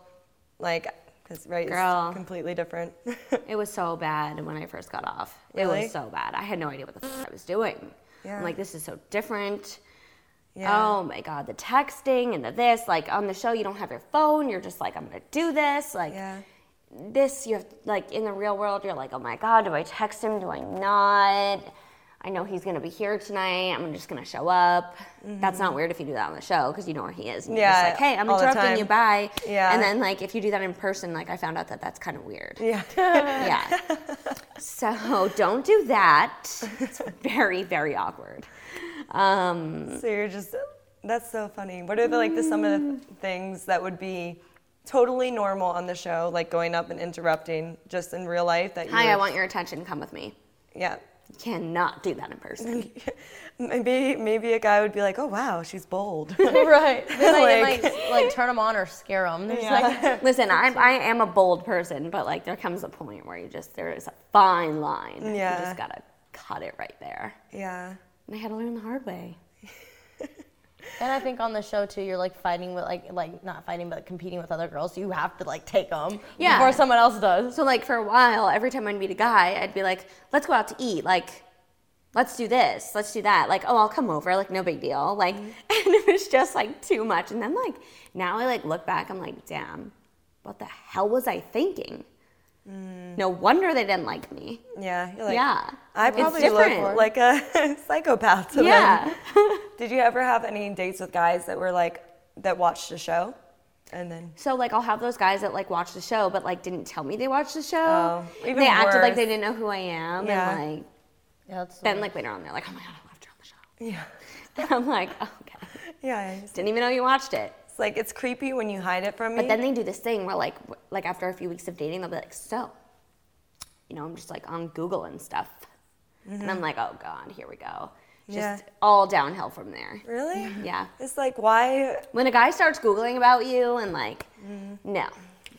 S2: like, because, right,
S1: Girl.
S2: it's completely different.
S1: It was so bad when I first got off. It
S2: Really?
S1: was so bad. I had no idea what the f- I was doing.
S2: Yeah.
S1: I'm like, this is so different.
S2: Yeah.
S1: Oh my God, the texting and the this. Like on the show, you don't have your phone. You're just like, I'm gonna do this. Like
S2: Yeah.
S1: this, you have like in the real world, you're like, oh my God, do I text him? Do I not? I know he's gonna be here tonight. I'm just gonna show up. That's not weird if you do that on the show because you know where he is. And
S2: Mm-hmm. Yeah,
S1: You're just like, hey, I'm
S2: all the
S1: interrupting
S2: time.
S1: you. Bye.
S2: Yeah.
S1: And then like if you do that in person, like I found out that that's kind of weird.
S2: Yeah.
S1: Yeah. so don't do that. It's very, very awkward. Um,
S2: so you're just, that's so funny. What are the, like, the, some of the
S1: Mm.
S2: th- things that would be totally normal on the show, like going up and interrupting just in real life that you
S1: hi, I
S2: would-
S1: want your attention. Come with me.
S2: Yeah.
S1: You cannot do that in person.
S2: Maybe maybe a guy would be like, "Oh wow, she's bold."
S4: right. They might,
S2: Like-
S4: it might, like turn them on or scare them. They're just like,
S1: Listen, I'm, I am a bold person, but like there comes a point where you just, there is a fine line. You
S2: Yeah.
S1: just gotta cut it right there.
S2: yeah.
S1: And I had to learn the hard way.
S4: and I think on the show too, you're like fighting with like like not fighting, but competing with other girls. You have to like take them
S1: Yeah.
S4: before someone else does.
S1: So like for a while, every time I'd meet a guy, I'd be like, "Let's go out to eat." Like, "Let's do this." "Let's do that." Like, "Oh, I'll come over." Like, no big deal. Like,
S2: Mm-hmm.
S1: and it was just like too much. And then like now I like look back, I'm like, "Damn, what the hell was I thinking?" No wonder they didn't like me.
S2: Yeah. You're Mm. like,
S1: yeah,
S2: I
S1: It's
S2: probably look
S1: different.
S2: like a psychopath to
S1: yeah.
S2: them. Did you ever have any dates with guys that were like that watched the show? And then
S1: So like I'll have those guys that like watch the show but like didn't tell me they watched the show.
S2: Oh, even
S1: they acted like
S2: worse.
S1: they didn't know who I am
S2: Yeah.
S1: and like
S4: Yeah, that's
S1: then like later on they're like, "Oh my god, I loved you on the show."
S2: Yeah.
S1: And I'm like, "Oh, "Okay."
S2: Yeah. It's,
S1: Didn't even know you watched it.
S2: it's like it's creepy when you hide it from me.
S1: But then they do this thing where like w- like after a few weeks of dating, they'll be like, so, you know, I'm just like on Google and stuff, and I'm like, oh god, here we go, just
S2: Mm-hmm. Yeah.
S1: all downhill from there.
S2: really?
S1: Yeah,
S2: It's like why
S1: when a guy starts googling about you and like,
S2: Mm-hmm.
S1: no.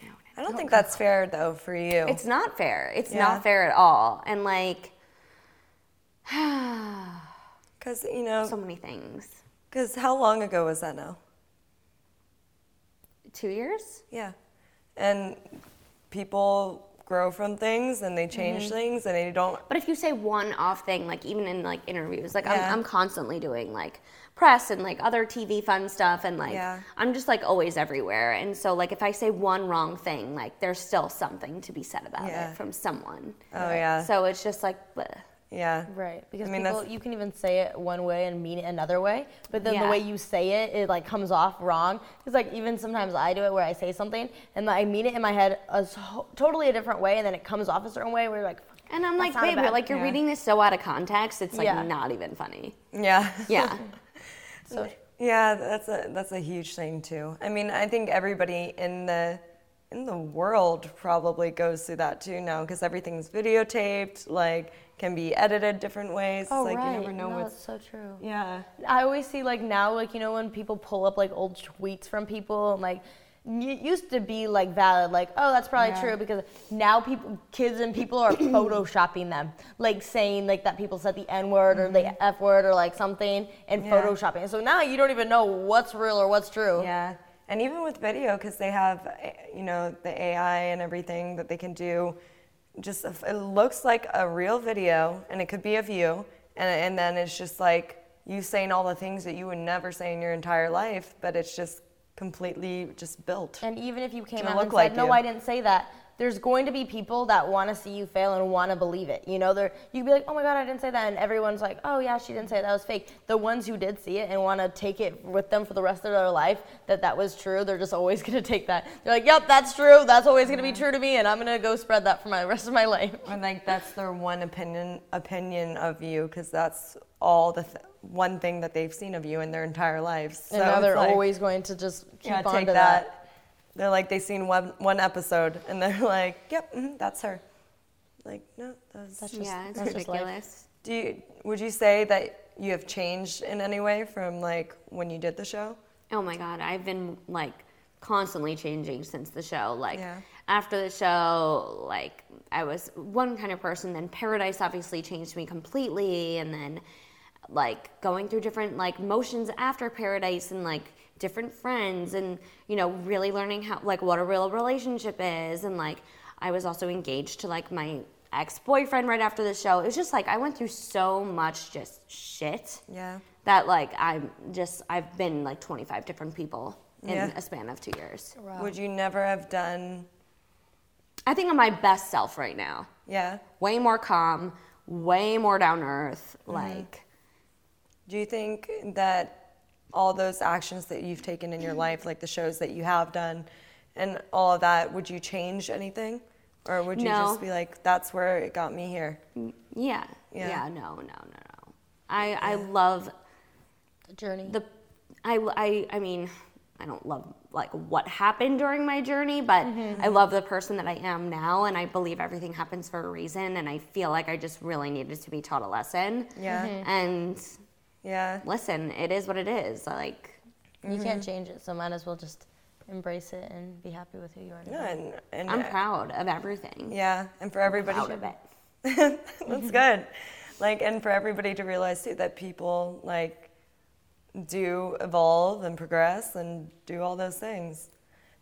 S1: no,
S2: I don't think that's fair though for you.
S1: it's not fair. It's
S2: Yeah.
S1: not fair at all. And like
S2: Cuz you know
S1: so many things.
S2: cuz how long ago was that now?
S1: Two years?
S2: Yeah. And people grow from things and they change
S1: Mm-hmm.
S2: things and they don't oh,
S1: But if you say one off thing, like even in like interviews, like
S2: Yeah.
S1: I'm, I'm constantly doing like press and like other TV fun stuff, and like
S2: Yeah.
S1: I'm just like always everywhere. And so like if I say one wrong thing, like there's still something to be said about
S2: Yeah.
S1: it from someone.
S2: Oh yeah.
S1: So it's just like bleh.
S2: Yeah.
S4: Right, because
S2: I mean,
S4: people,
S2: that's-
S4: you can even say it one way and mean it another way, but then the
S1: Yeah.
S4: way you say it, it like comes off wrong. Because like even sometimes I do it where I say something and like, I mean it in my head a so, totally a different way, and then it comes off a certain way. Where you're like, "Fuck."
S1: And I'm like,
S4: not a
S1: babe,
S4: bad-
S1: you're like you're
S2: yeah.
S1: reading this so out of context. It's like
S4: Yeah.
S1: not even funny.
S2: Yeah.
S1: Yeah.
S4: so
S2: Yeah, that's a that's a huge thing too. I mean, I think everybody in the in the world probably goes through that too now because everything's videotaped, like can be edited different ways. Oh, like you never know
S4: no,
S2: what's
S4: that's so true.
S2: Yeah.
S4: I always see like now, like you know, when people pull up like old tweets from people, and like it used to be like valid, like oh that's probably
S2: Yeah.
S4: true because now people, kids and people are photoshopping them, like saying like that people said the n word or the f word or like something and
S2: Mm-hmm. Yeah.
S4: photoshopping. So now you don't even know what's real or what's true.
S2: Yeah. And even with video, because they have, eh, you know, the AI and everything that they can do, just if it looks like a real video and it could be of you. And, and then it's just like you saying all the things that you would never say in your entire life, but it's just completely just built.
S4: And even if you came
S2: Gonna
S4: out
S2: look
S4: and
S2: like
S4: said, "No,
S2: you."
S4: I didn't say that," there's going to be people that want to see you fail and want to believe it. You know, they're you'd be like, "Oh my God, I didn't say that," and everyone's like, "Oh yeah, she didn't say it. that was fake." The ones who did see it and want to take it with them for the rest of their life that that was true, they're just always going to take that. They're like, "Yep, that's true. That's always going to be true to me, and I'm going to go spread that for my rest of my life."
S2: And like that's their one opinion opinion of you, because that's all the th- one thing that they've seen of you in their entire lives. So
S4: and now
S2: it's
S4: they're
S2: like-
S4: always going to just keep
S2: yeah,
S4: on
S2: take
S4: to
S2: that. They're like they seen one one episode and they're like, yep, mhm, that's her. Like no, that's.
S4: That's just-
S1: yeah, it's
S4: that's just life.
S1: ridiculous.
S2: Do you would you say that you have changed in any way from like when you did the show?
S1: Oh my god, I've been like constantly changing since the show. Like
S2: Yeah.
S1: after the show, like I was one kind of person, then Paradise obviously changed me completely and then like going through different like motions after Paradise and like different friends and you know really learning how like what a real relationship is and like I was also engaged to like my ex-boyfriend right after the show. It was just like I went through so much just shit
S2: Yeah.
S1: that like I'm just I've been like 25 different people in
S2: Yeah.
S1: a span of two years.
S2: Would you never have done?
S1: I think I'm my best self right now.
S2: Yeah.
S1: Way more calm, way more down to earth.
S2: Mm-hmm.
S1: Like
S2: Do you think that all those actions that you've taken in your life, like the shows that you have done, and all of that, would you change anything, or would you
S1: No.
S2: just be like, that's where it got me here?
S1: yeah,
S2: Yeah.
S1: yeah, no, no, no, no. I I love
S4: The journey.
S1: the I I I mean I don't love like what happened during my journey, but
S2: Mm-hmm.
S1: I love the person that I am now, and I believe everything happens for a reason. And I feel like I just really needed to be taught a lesson.
S2: Yeah. Mhm.
S1: and
S2: Yeah.
S1: listen, it is what it is. Like.
S4: You
S2: Mm-hmm.
S4: can't change it, so might as well just embrace it and be happy with who you are.
S2: No, and, and
S1: I'm proud of everything.
S2: Yeah, and for everybody,
S1: Proud
S2: to-
S1: of it.
S2: that's good. Like, and for everybody to realize too that people like do evolve and progress and do all those things.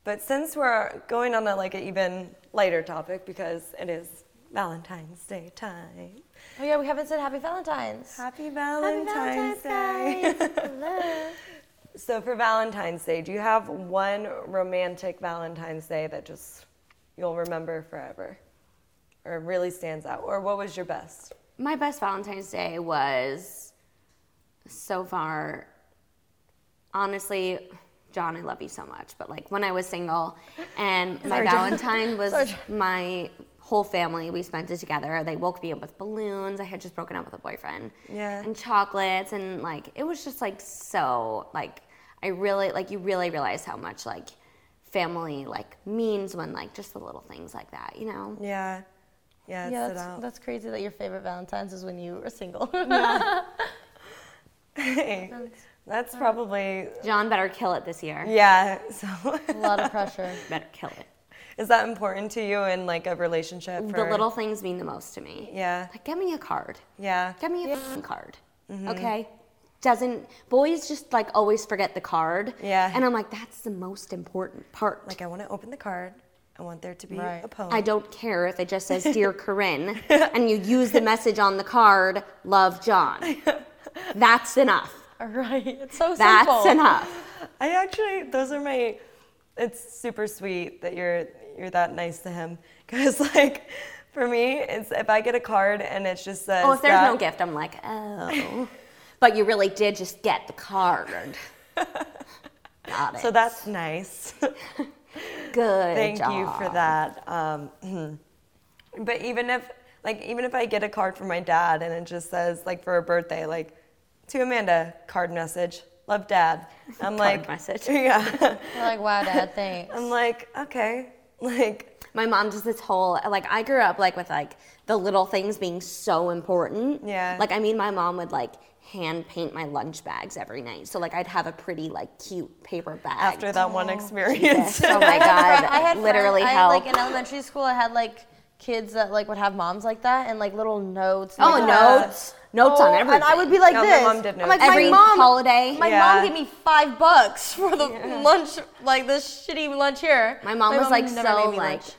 S2: But since we're going on a like an even lighter topic because it is Valentine's Day time.
S4: Oh yeah, we haven't said Happy Valentine's.
S2: Happy Valentine's, Day.
S4: Hello.
S2: So for Valentine's Day, do you have one romantic Valentine's Day that just you'll remember forever? Or really stands out? Or what was your best?
S1: My best Valentine's Day was so far, honestly, John, I love you so much. But like when I was single and my Valentine was my whole family, we spent it together. They woke me up with balloons. I had just broken up with a boyfriend.
S2: Yeah.
S1: And chocolates. And like, it was just like so, like, I really, like, you really realize how much like family like means when like just the little things like that, you know?
S2: Yeah. Yeah, it
S4: Yeah,
S2: stood
S4: that's,
S2: out.
S4: that's crazy that your favorite Valentine's is when you were single.
S2: Hey, that's probably,
S1: John better kill it this year.
S2: yeah. So
S4: a lot of pressure.
S1: better kill it.
S2: is that important to you in like a relationship?
S1: The
S2: or-
S1: little things mean the most to me.
S2: Yeah.
S1: Like, get me a card.
S2: Yeah. Mm-hmm.
S1: Get me a f***ing card. Okay? Doesn't, boys just like always forget the card.
S2: Yeah.
S1: And I'm like, that's the most important part.
S2: Like, oh. I want to open the card. I want there to be
S4: Right.
S2: a poem.
S1: I don't care if it just says Dear Corinne and you use the message on the card, Love John. That's enough.
S4: right. It's so
S1: That's
S4: simple.
S1: enough.
S2: I actually, those are my. It's super sweet that you're you're that nice to him, because like, For me, it's if I get a card and it's just says
S1: Oh, if there's
S2: that,
S1: no gift, I'm like, oh. but you really did just get the card. Got it.
S2: So that's nice.
S1: good.
S2: Thank you for
S1: job.
S2: that. Um, but even if, like, even if I get a card from my dad and it just says, like, for her birthday, like, to Amanda, card message, love dad. I'm like,
S1: message.
S2: Yeah.
S4: You're like, wow, Dad, thanks.
S1: Oh
S2: I'm like, okay. Like,
S1: My mom does this whole like I grew up like with like the little things being so important.
S2: Yeah.
S1: Like I mean, my mom would like hand paint my lunch bags every night, so like I'd have a pretty like cute paper bag.
S2: after that one experience.
S1: oh my god!
S4: I had
S1: literally
S4: friends,
S1: help.
S4: I had, like in elementary school, I had like kids that like would have moms like that and like little notes.
S1: oh,
S4: like,
S1: notes, notes on
S4: oh,
S1: everything.
S4: And I would be like
S2: No, my
S4: this.
S2: mom did
S4: I'm like,
S2: notes.
S1: every
S4: my mom,
S1: holiday.
S4: my
S2: Yeah.
S4: mom gave me five bucks for the lunch, like this shitty lunch here.
S1: my mom was like
S4: never
S1: so
S4: made me
S1: like
S4: lunch.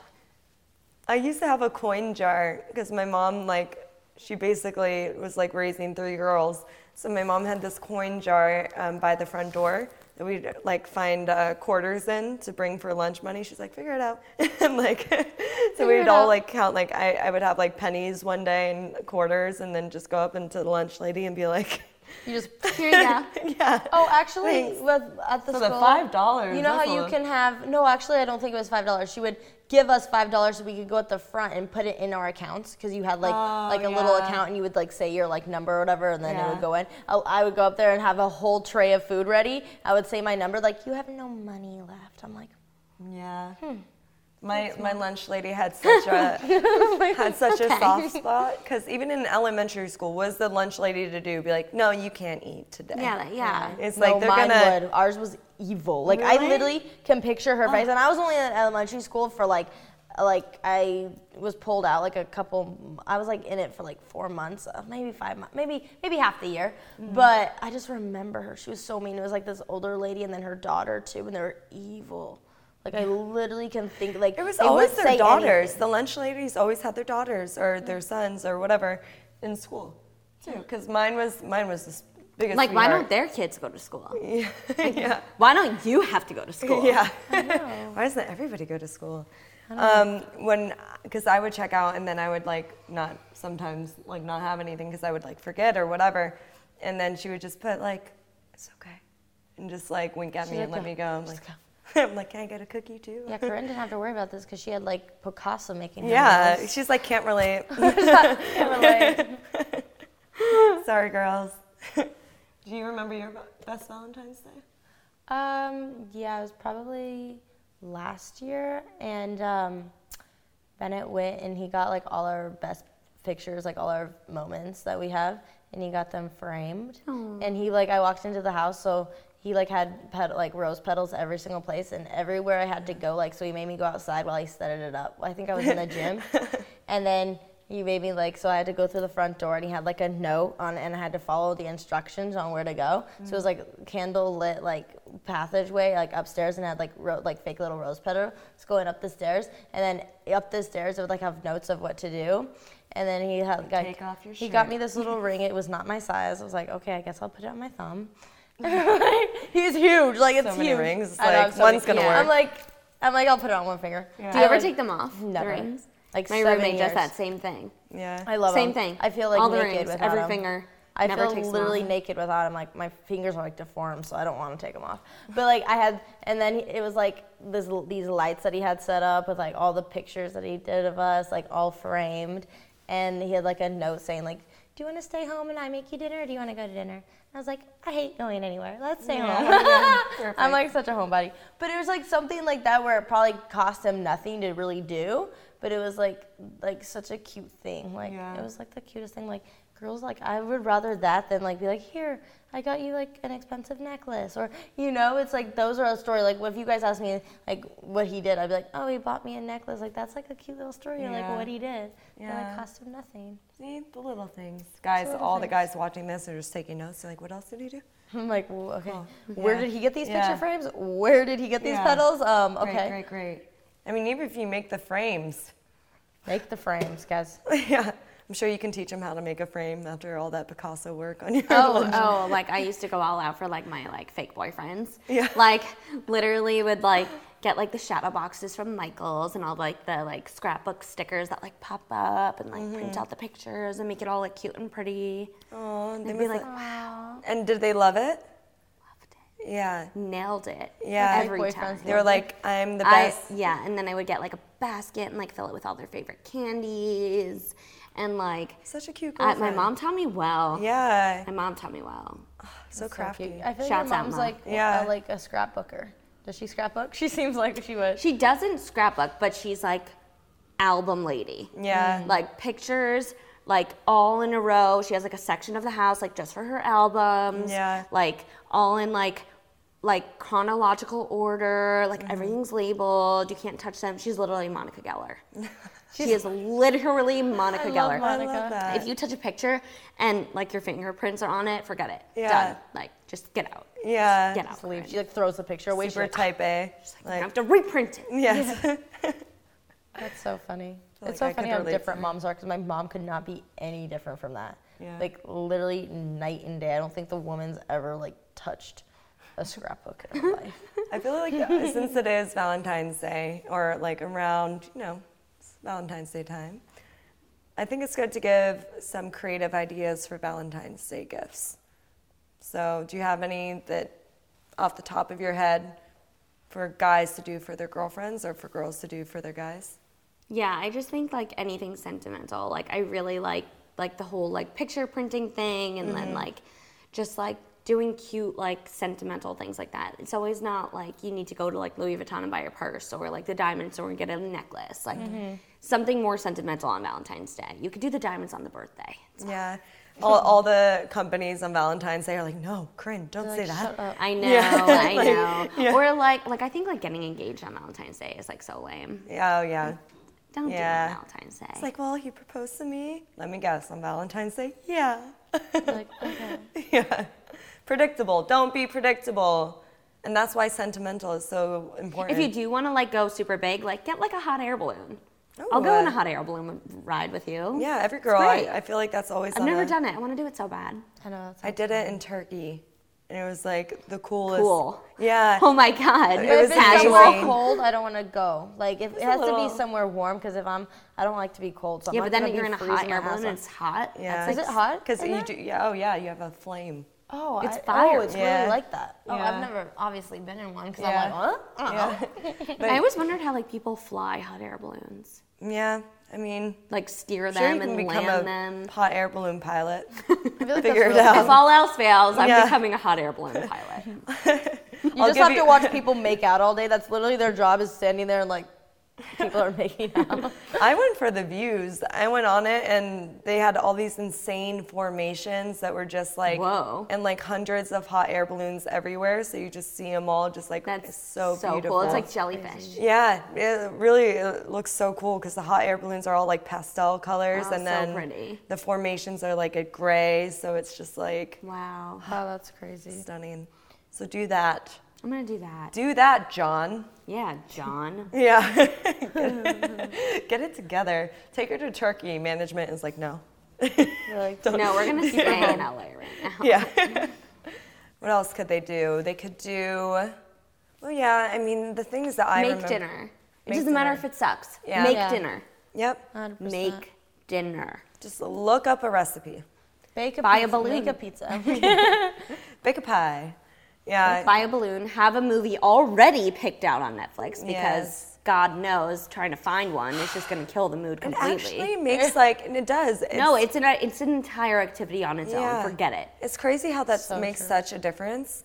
S2: I used to have a coin jar because my mom, like, she basically was like raising three girls. So my mom had this coin jar um, by the front door that we'd like find uh, quarters in to bring for lunch money. She's like, figure it out. and like, so
S4: Figure
S2: we
S4: it
S2: would all
S4: out.
S2: like count, like, I, I would have like pennies one day and quarters and then just go up into the lunch lady and be like,
S4: you just
S1: here you go.
S2: yeah.
S4: Oh, actually,
S2: Thanks.
S4: with, at the
S2: So the
S4: school,
S2: $5,
S4: You know how
S2: that's
S4: you
S2: a-
S4: can have? No, actually, I don't think it was five dollars. She would give us five dollars so we could go at the front and put it in our accounts because you had like like a little
S2: Oh, yeah.
S4: account and you would like say your like number or whatever, and then it would
S2: Yeah.
S4: go in. I, I would go up there and have a whole tray of food ready. I would say my number, like you have no money left. I'm like,
S2: Yeah.
S1: Hmm.
S2: My, my lunch lady had such a had such a soft spot because even in elementary school, what is the lunch lady to do? Be like, no, you can't eat today.
S1: Yeah, like, yeah.
S2: It's
S4: no,
S2: like they're
S4: mine
S2: gonna.
S4: would. Ours was evil. Like I
S2: Really? Oh.
S4: literally can picture her face, and I was only in elementary school for like, like I was pulled out like a couple. I was like in it for like four months, uh, maybe five, months, maybe maybe half the year.
S2: Mm-hmm.
S4: But I just remember her. She was so mean. It was like this older lady and then her daughter too, and they were evil. Like I literally can think like
S2: It was
S4: they
S2: always
S4: wouldn't
S2: their
S4: say
S2: daughters.
S4: anything.
S2: The lunch ladies always had their daughters
S1: Hmm.
S2: or their sons or whatever in school too. Because mine was mine was the s- biggest.
S1: Like, why don't
S2: sweetheart.
S1: their kids go to school?
S2: yeah.
S1: Why don't you have to go to school?
S2: Yeah. Why doesn't everybody go to school? Um, when, because I would check out and then I would like not sometimes like not have anything because I would like forget or whatever, and then she would just put like, it's okay, and just like wink at me
S4: like,
S2: and let
S4: "Go.
S2: me go. I'm
S4: Just
S2: like, I'm like, can I get a cookie too?
S4: Yeah, Corinne didn't have to worry about this because she had like Picasso making. her
S2: Yeah,
S4: nails.
S2: she's like, can't relate. Sorry, girls. Do you remember your best Valentine's Day?
S4: Um, yeah, it was probably last year, and um, Bennett went and he got like all our best pictures, like all our moments that we have, and he got them framed. And he like I walked into the house, so he like had pet- like rose petals every single place and everywhere I had to go. Like so, he made me go outside while he set it up. I think I was in the gym, and then. He made me like so. I had to go through the front door, and he had like a note on, and I had to follow the instructions on where to go. So it was like candle lit like passageway like upstairs, and had like ro- like fake little rose petals going up the stairs, and then up the stairs it would like have notes of what to do, and then he had like
S2: Take off your
S4: he got
S2: shirt.
S4: me this little ring. It was not my size. I was like, okay, I guess I'll put it on my thumb. he was huge, like it's
S2: So many
S4: huge.
S2: rings, it's
S4: I know,
S2: like,
S4: I'm so
S2: one's gonna work.
S4: I'm like, I'm like, I'll put it on one finger.
S1: Do you ever
S4: Like,
S1: take them off?
S4: Never.
S1: The rings.
S4: Like
S1: My
S4: seven
S1: roommate
S4: years.
S1: does that same thing.
S2: Yeah.
S4: I love
S1: Same
S4: 'em.
S1: thing.
S4: I feel like
S1: All the
S4: naked
S1: rings,
S4: without
S1: every
S4: 'em.
S1: finger.
S4: I
S1: never takes
S4: feel
S1: them
S4: literally
S1: off.
S4: naked without them. Like my fingers are like deformed, so I don't want to take them off. But like I had, and then it was like this, these lights that he had set up with like all the pictures that he did of us, like all framed, and he had like a note saying like, "Do you want to stay home and I make you dinner, or do you want to go to dinner?" And I was like, "I hate going anywhere. Let's stay home." I'm like such a homebody, but it was like something like that where it probably cost him nothing to really do, but it was like like such a cute thing. Like
S2: Yeah.
S4: it was like the cutest thing. Like girls, like I would rather that than like be like, here, I got you like an expensive necklace, or you know, it's like those are a story. Like if you guys ask me like what he did, I'd be like, oh, he bought me a necklace. Like that's like a cute little story. Like
S2: Yeah.
S4: what he did, and it
S2: Yeah.
S4: cost him nothing.
S2: See the little things, guys.
S4: little
S2: all the
S4: things.
S2: guys watching this are just taking notes. They're like, what else did he do?
S4: I'm like, well, okay, where
S2: Yeah.
S4: did he get these
S2: Yeah.
S4: picture frames? Where did he get these
S2: Yeah.
S4: petals? Um, okay,
S2: Great, great, great. I mean, even if you make the frames,
S4: make the frames, guys.
S2: yeah, I'm sure you can teach them how to make a frame after all that Picasso work on your.
S1: Oh,
S2: lunch.
S1: oh, like I used to go all out for like my like fake boyfriends.
S2: Yeah.
S1: Like literally would like get like the shadow boxes from Michaels and all like the like scrapbook stickers that like pop up and like
S2: Mm-hmm.
S1: print out the pictures and make it all like cute and pretty.
S2: Oh, they
S1: I'd be
S2: must
S1: like,
S2: lo-
S1: wow,
S2: and did they love it?
S1: loved it.
S2: Yeah.
S1: nailed it.
S2: Yeah.
S1: every
S4: Like
S1: time.
S4: boyfriends
S2: They were like, I'm the
S1: I
S2: best.
S1: yeah, and then I would get like a basket and like fill it with all their favorite candies and like
S2: Such a cute
S1: I,
S2: girlfriend.
S1: my mom taught me well.
S2: Yeah.
S1: My mom taught me well.
S2: So
S4: So cute.
S2: crafty.
S4: I feel
S1: Shouts
S4: like your
S1: out,
S4: mom's
S1: Mom.
S4: like
S2: Yeah.
S4: yeah. like a scrapbooker. Does she scrapbook? She seems like she would.
S1: She doesn't scrapbook, but she's like album lady.
S2: Yeah.
S4: Mm.
S1: Like pictures, like all in a row. She has like a section of the house, like just for her albums.
S2: Yeah.
S1: Like all in like like chronological order.
S4: Mm-hmm.
S1: Like everything's labeled. You can't touch them. She's literally Monica Geller. she is literally Monica
S4: I love
S1: Geller.
S2: I
S4: Monica.
S2: love that.
S1: If you touch a picture and like your fingerprints are on it, forget it.
S2: Yeah.
S1: Done. Like just get out.
S2: yeah.
S1: Get out.
S4: Just leave. She like throws the picture away. She's
S2: Super
S4: like,
S2: type A.
S1: I
S2: Like,
S1: have to reprint it.
S2: yes.
S4: That's so funny.
S2: feel
S4: it's
S2: like I
S4: so funny
S2: could
S4: how
S2: relate
S4: different moms are because my mom could not be any different from that.
S2: Yeah.
S4: Like literally night and day. I don't think the woman's ever like touched a scrapbook in her life.
S2: I feel like uh, since it is Valentine's Day, or like around, you know, it's Valentine's Day time, I think it's good to give some creative ideas for Valentine's Day gifts. So, do you have any that off the top of your head for guys to do for their girlfriends or for girls to do for their guys?
S1: Yeah, I just think like anything sentimental. Like I really like like the whole like picture printing thing and
S2: Mm-hmm.
S1: then like just like doing cute like sentimental things like that. It's always not like you need to go to like Louis Vuitton and buy a purse or like the diamond store and get a necklace. Like
S2: Mm-hmm.
S1: something more sentimental on Valentine's Day. You could do the diamonds on the birthday.
S2: Yeah. All, all the companies on Valentine's Day are like, no, Corinne, don't say that.
S4: Shut up.
S1: I know, I know. Or like like I think like getting engaged on Valentine's Day is like so lame.
S2: Yeah, Oh, yeah.
S1: Don't
S2: Yeah.
S1: do it on Valentine's Day.
S2: It's like, well, he proposed to me. Let me guess, on Valentine's Day? Yeah.
S4: like, okay.
S2: yeah. Predictable. Don't be predictable. And that's why sentimental is so important.
S1: If you do want to like go super big, like get like a hot air balloon.
S2: Oh,
S1: I'll go on
S2: uh,
S1: a hot air balloon ride with you.
S2: yeah, every
S1: It's
S2: girl, I,
S1: great.
S2: I feel like that's always
S1: I've
S2: on
S1: never
S2: a-
S1: done it. I want to do it so bad.
S4: I know. That's
S2: I did it in Turkey, and it was like the coolest.
S1: Cool.
S2: Yeah.
S1: Oh my god.
S2: It was
S4: if it's
S2: casual.
S4: somewhere cold, I don't want to go. Like if it
S2: a
S4: has to
S2: little-
S4: be somewhere warm because if I'm, I don't like to be cold. So I'm
S1: Yeah,
S4: not
S1: but then
S4: gonna
S1: you're
S4: be
S1: in a hot
S4: freezing
S1: air
S4: my house
S1: balloon and it's
S4: up.
S1: hot.
S2: Yeah.
S1: That's
S4: Is
S1: like,
S4: it hot?
S2: Because
S4: in
S2: you
S4: there?
S2: do. Yeah. Oh yeah. You have a flame.
S4: Oh,
S1: It's
S4: I,
S1: fire.
S4: Oh, it's
S2: Yeah.
S4: really like that. Oh,
S2: Yeah.
S4: I've never obviously been in one because
S2: Yeah.
S4: I'm like, huh?
S1: Oh.
S4: Uh-uh.
S2: Yeah.
S1: I always wondered how like people fly hot air balloons.
S2: Yeah. I mean,
S1: Like steer
S2: sure you
S1: them
S2: can
S1: and
S2: become
S1: land
S2: a
S1: them.
S2: hot air balloon pilot.
S4: I feel like
S2: Figure
S4: that's
S2: it
S4: really-
S1: If all else fails, I'm
S2: Yeah.
S1: becoming a hot air balloon pilot.
S4: You just have to watch people make out all day. That's literally their job is standing there and like people are making out.
S2: I went for the views. I went on it and they had all these insane formations that were just like
S1: Whoa.
S2: and like hundreds of hot air balloons everywhere. So you just see them all just like
S1: That's
S2: it's so, beautiful.
S1: cool. It's like jellyfish.
S2: yeah, it really it looks so cool because the hot air balloons are all like pastel colors
S1: Oh,
S2: and
S1: so
S2: then
S1: pretty.
S2: the formations are like a gray. So it's just like
S1: Wow.
S4: Wow, that's crazy.
S2: stunning. So do that.
S1: I'm gonna do that.
S2: Do that, John.
S1: Yeah, John.
S2: Yeah. Get it- Get it together. Take her to Turkey. Management is like, no.
S1: No, we're gonna stay in LA right now.
S2: Yeah. what else could they do? They could do. Well, yeah. I mean, the things that I
S1: make
S2: remember-
S1: dinner. It
S2: Make
S1: doesn't matter if
S2: dinner.
S1: it sucks.
S2: Yeah.
S1: Make
S4: Yeah.
S1: dinner.
S2: Yep.
S1: Um,
S4: 100%.
S1: Make dinner.
S2: Just look up a recipe.
S4: bake a
S1: buy a
S4: pizza,
S1: balloon.
S4: Make a pizza.
S2: Bake a pie. Yeah.
S1: Buy a balloon. Have a movie already picked out on Netflix because
S2: Yes.
S1: God knows trying to find one is just going to kill the mood
S2: It
S1: completely.
S2: actually makes like, and it does. It's,
S1: no, it's an it's an entire activity on its own. Forget it.
S2: It's crazy how that
S4: So
S2: makes
S4: true.
S2: such a difference.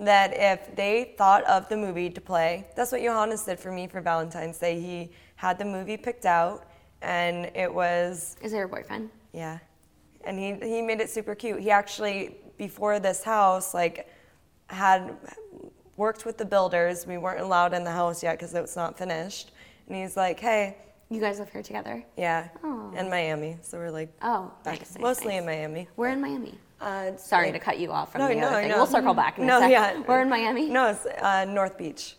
S2: That if they thought of the movie to play, that's what Johannes did for me for Valentine's Day. He had the movie picked out, and it was
S1: Is there a boyfriend?
S2: Yeah. And he, he made it super cute. He actually, before this house, like, had worked with the builders. We weren't allowed in the house yet because it was not finished. And he's like, hey,
S1: You guys live here together?
S2: yeah,
S1: Aw.
S2: in Miami. So we're like,
S1: Oh,
S2: back-
S1: nice, nice,
S2: mostly
S1: nice.
S2: in Miami.
S1: We're in Miami.
S2: Uh, it's
S1: Sorry
S2: like-
S1: to cut you off from
S2: No,
S1: the
S2: no,
S1: other thing.
S2: no.
S1: We'll circle back. In
S2: No,
S1: a sec.
S2: yeah.
S1: We're in Miami.
S2: No, it's uh, North Beach.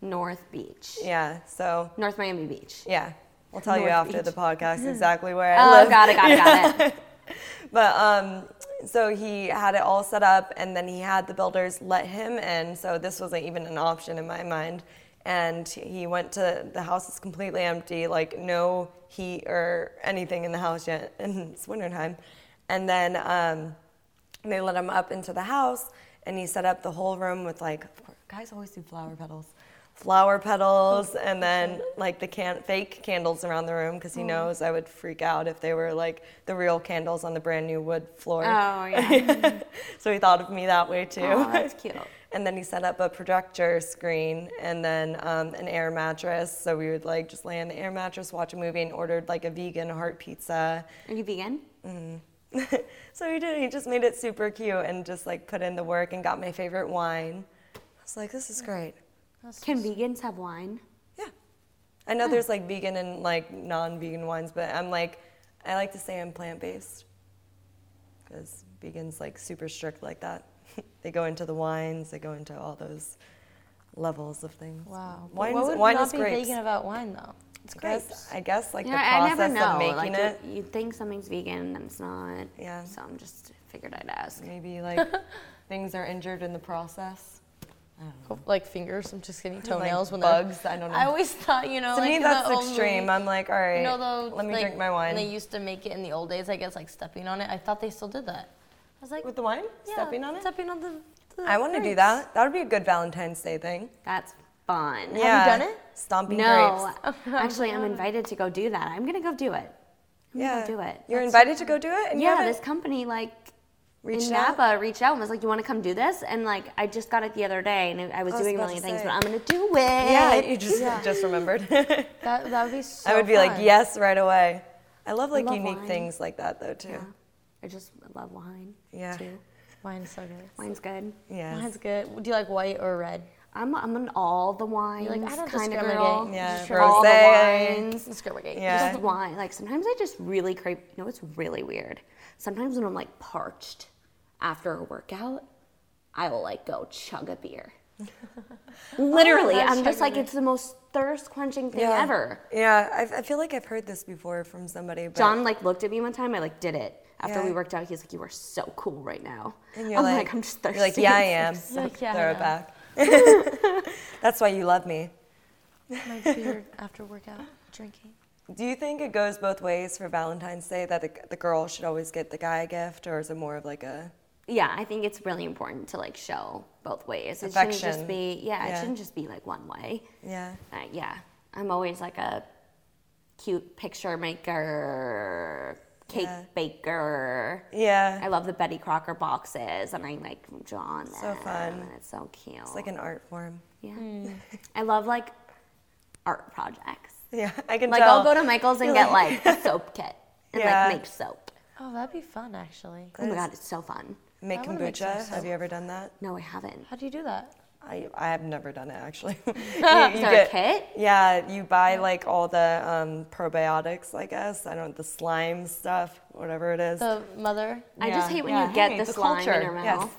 S1: North Beach.
S2: Yeah. So,
S1: North Miami Beach.
S2: yeah. We'll tell you
S1: North
S2: after
S1: Beach. Mm-hmm.
S2: the podcast exactly where I live.
S1: Oh, got it, got it, got it.
S2: But um, so he had it all set up, and then he had the builders let him in. So this wasn't even an option in my mind. and he went to the house is completely empty, like no heat or anything in the house yet, and it's wintertime. And then um, they let him up into the house, and he set up the whole room with like guys always do flower petals, flower petals, and then like the can- fake candles around the room because
S1: Oh.
S2: he knows I would freak out if they were like the real candles on the brand new wood floor.
S1: Oh yeah.
S2: So he thought of me that way too.
S1: oh, that's cute.
S2: And then he set up a projector screen and then um, an air mattress. So we would like just lay on the air mattress, watch a movie, and ordered like a vegan heart pizza.
S1: Are you vegan?
S2: so he did. He just made it super cute and just like put in the work and got my favorite wine. I was like, this is great.
S1: Can vegans have wine?
S2: Yeah. I know there's like vegan and like non-vegan wines, but I'm like, I like to say I'm plant-based because vegans like super strict like that. they go into the wines, they go into all those levels of things.
S4: Wow. But
S2: Wine,
S4: what would
S2: is, wine
S4: not
S2: is
S4: be
S2: grapes.
S4: vegan about wine though? It's
S2: I guess, I guess like
S1: yeah, I
S2: the process
S1: never know.
S2: of making
S1: like,
S2: it.
S1: You, you think something's vegan and it's not.
S2: Yeah.
S1: So I'm just figured I'd ask.
S2: Maybe like things are injured in the process.
S4: Like fingers, I'm just kidding. Toenails when they're-
S2: bugs, I don't know.
S4: I always thought, you know,
S2: to
S4: like
S2: me,
S4: in
S2: that's
S4: the old
S2: extreme.
S4: movie-
S2: I'm like, all right,
S4: You know, though,
S2: let me
S4: like,
S2: drink my wine.
S4: They used to make it in the old days, I guess, like stepping on it. I thought they still did that. I was like,
S2: With the wine?
S4: yeah,
S2: Stepping on it?
S4: Stepping on the. the
S2: I want to do
S4: grapes.
S2: that. That would be a good Valentine's Day thing.
S1: That's fun.
S4: done it?
S2: Stomping
S1: No,
S2: grapes.
S1: actually, I'm invited to go do that. I'm gonna go do it. I'm gonna
S2: Yeah.
S1: go do it.
S2: You're invited to go do it, and you
S1: yeah,
S2: haven't
S1: this company like
S2: reached
S1: in
S2: out.
S1: Napa reached out and was like, "You want to come do this?" And like, I just got it the other day, and I was,
S2: Oh, was
S1: doing a
S2: about to
S1: million things,
S2: say.
S1: but I'm gonna do it.
S2: Yeah, you just just remembered.
S4: That, that would be so
S2: I would be like,
S4: fun.
S2: yes, right away. I love like
S1: love
S2: unique
S1: wine.
S2: things like that though too.
S1: Yeah. I just love wine.
S2: Yeah.
S1: Too.
S4: Wine's so good.
S1: Wine's good.
S2: Yes.
S4: Wine's good. Do you like white or red?
S1: I'm I'm an all the wines
S4: like, I don't
S1: kind of
S4: discriminate.
S1: girl.
S2: Yeah,
S1: Just all the
S2: rosé.
S1: wines.
S4: Let's go, Brigade.
S2: Yeah.
S1: Just wine. Like sometimes I just really crave. You know, it's really weird. Sometimes when I'm like parched after a workout, I will like go chug a beer.
S2: Oh,
S1: Literally,
S4: that's
S1: I'm just
S4: chugging
S1: like it's the most thirst quenching thing
S2: yeah.
S1: ever.
S2: Yeah, I, I feel like I've heard this before from somebody. But
S1: John like looked at me one time. I like did it after
S2: Yeah.
S1: we worked out. He's like, "You are so cool right now."
S2: and you're
S1: I'm
S2: like,
S1: "I'm just
S2: you're
S1: thirsty."
S2: like, yeah, I am.
S4: You're like, yeah, I
S2: Throw it
S4: know.
S2: back. That's why you love me.
S4: My beer after workout drinking.
S2: Do you think it goes both ways for Valentine's Day that the, the girl should always get the guy a gift, or is it more of like a
S1: yeah, I think it's really important to like show both ways. It shouldn't
S2: Affection.
S1: just be yeah,
S2: Yeah.
S1: it shouldn't just be like one way.
S2: yeah?
S1: Uh, yeah, I'm always like a cute picture maker, cake
S2: Yeah.
S1: baker.
S2: Yeah.
S1: I love the Betty Crocker boxes, and I like draw on
S2: So
S1: them,
S2: fun.
S1: And it's so cute.
S2: It's like hmm. an art form.
S1: yeah, I love like art projects.
S2: Yeah, I can
S1: Like
S2: tell.
S1: I'll go to Michael's and get like a soap kit and
S2: Yeah.
S1: like make soap.
S4: Oh, that'd be fun, actually.
S1: Oh my god, it's so fun.
S2: make
S4: I wanna make some
S2: kombucha. Have
S4: soap.
S2: you ever done that?
S1: No, I haven't.
S4: How do you do that?
S2: I, I have never done it actually. you, you
S1: there a kit?
S2: Yeah, you buy like all the um, probiotics, I guess. I don't the slime stuff, whatever it is.
S4: The mother.
S1: I just
S2: Yeah.
S1: hate when
S2: Yeah.
S1: you get
S2: Hey,
S1: the
S2: the
S1: slime in
S2: culture.
S1: your
S2: Yes.
S1: mouth.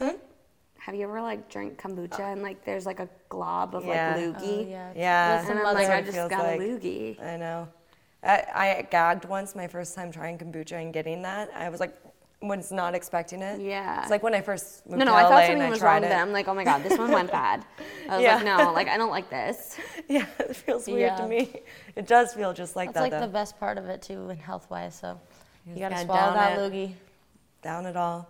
S1: Have you ever like drank kombucha and like there's like a glob of
S2: Uh. Yeah.
S1: like loogie?
S4: yeah.
S2: Oh, Yeah.
S4: That's
S1: And
S4: a
S1: I'm like,
S4: mother.
S1: I
S2: it
S1: just
S2: feels
S1: got
S2: like.
S1: a loogie.
S2: I know. I, I gagged once my first time trying kombucha and getting that. I was like, was not expecting it.
S1: Yeah.
S2: It's like when I first moved
S1: No, no,
S2: to
S1: I
S2: LA
S1: thought
S2: and
S1: something
S2: I
S1: was wrong
S2: tried
S1: with it. I'm like, oh my god, this one went bad. I was like,
S2: Yeah.
S1: no, like I don't like this.
S2: it. Yeah, it feels weird to
S4: Yeah.
S2: me. It does feel just like
S4: That's
S2: that
S4: like
S2: though.
S4: the best part of it too, in health wise. So you gotta
S2: gotta down
S4: swallow that
S2: it.
S4: loogie.
S2: down at all.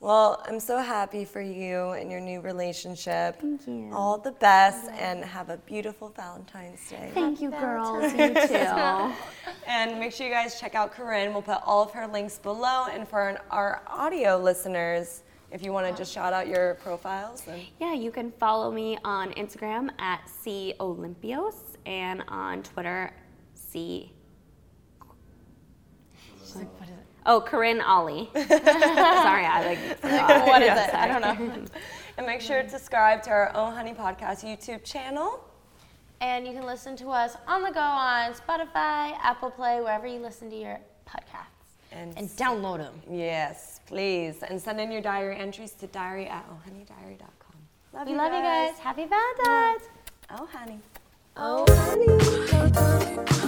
S2: Well, I'm so happy for you and your new relationship.
S1: Thank you.
S2: All the best and have a beautiful Valentine's Day.
S1: Thank you, girls. You too.
S2: And make sure you guys check out Corinne. We'll put all of her links below. And for an- our audio listeners, if you want to just shout out your profiles, and
S1: Yeah, you can follow me on Instagram at C Olympios and on Twitter C. Oh, Corinne Ollie. Sorry, I like. forgot.
S4: What is it? I don't know.
S2: and make sure to subscribe to our Oh Honey Podcast YouTube channel.
S4: And you can listen to us on the go on Spotify, Apple Play, wherever you listen to your podcasts.
S2: And-
S4: And, download them.
S2: Yes, please. And send in your diary entries to diary at ohhoneydiary.com. Love
S4: We love you guys. Happy Valentine's.
S2: Oh, honey.
S4: Oh.
S3: honey.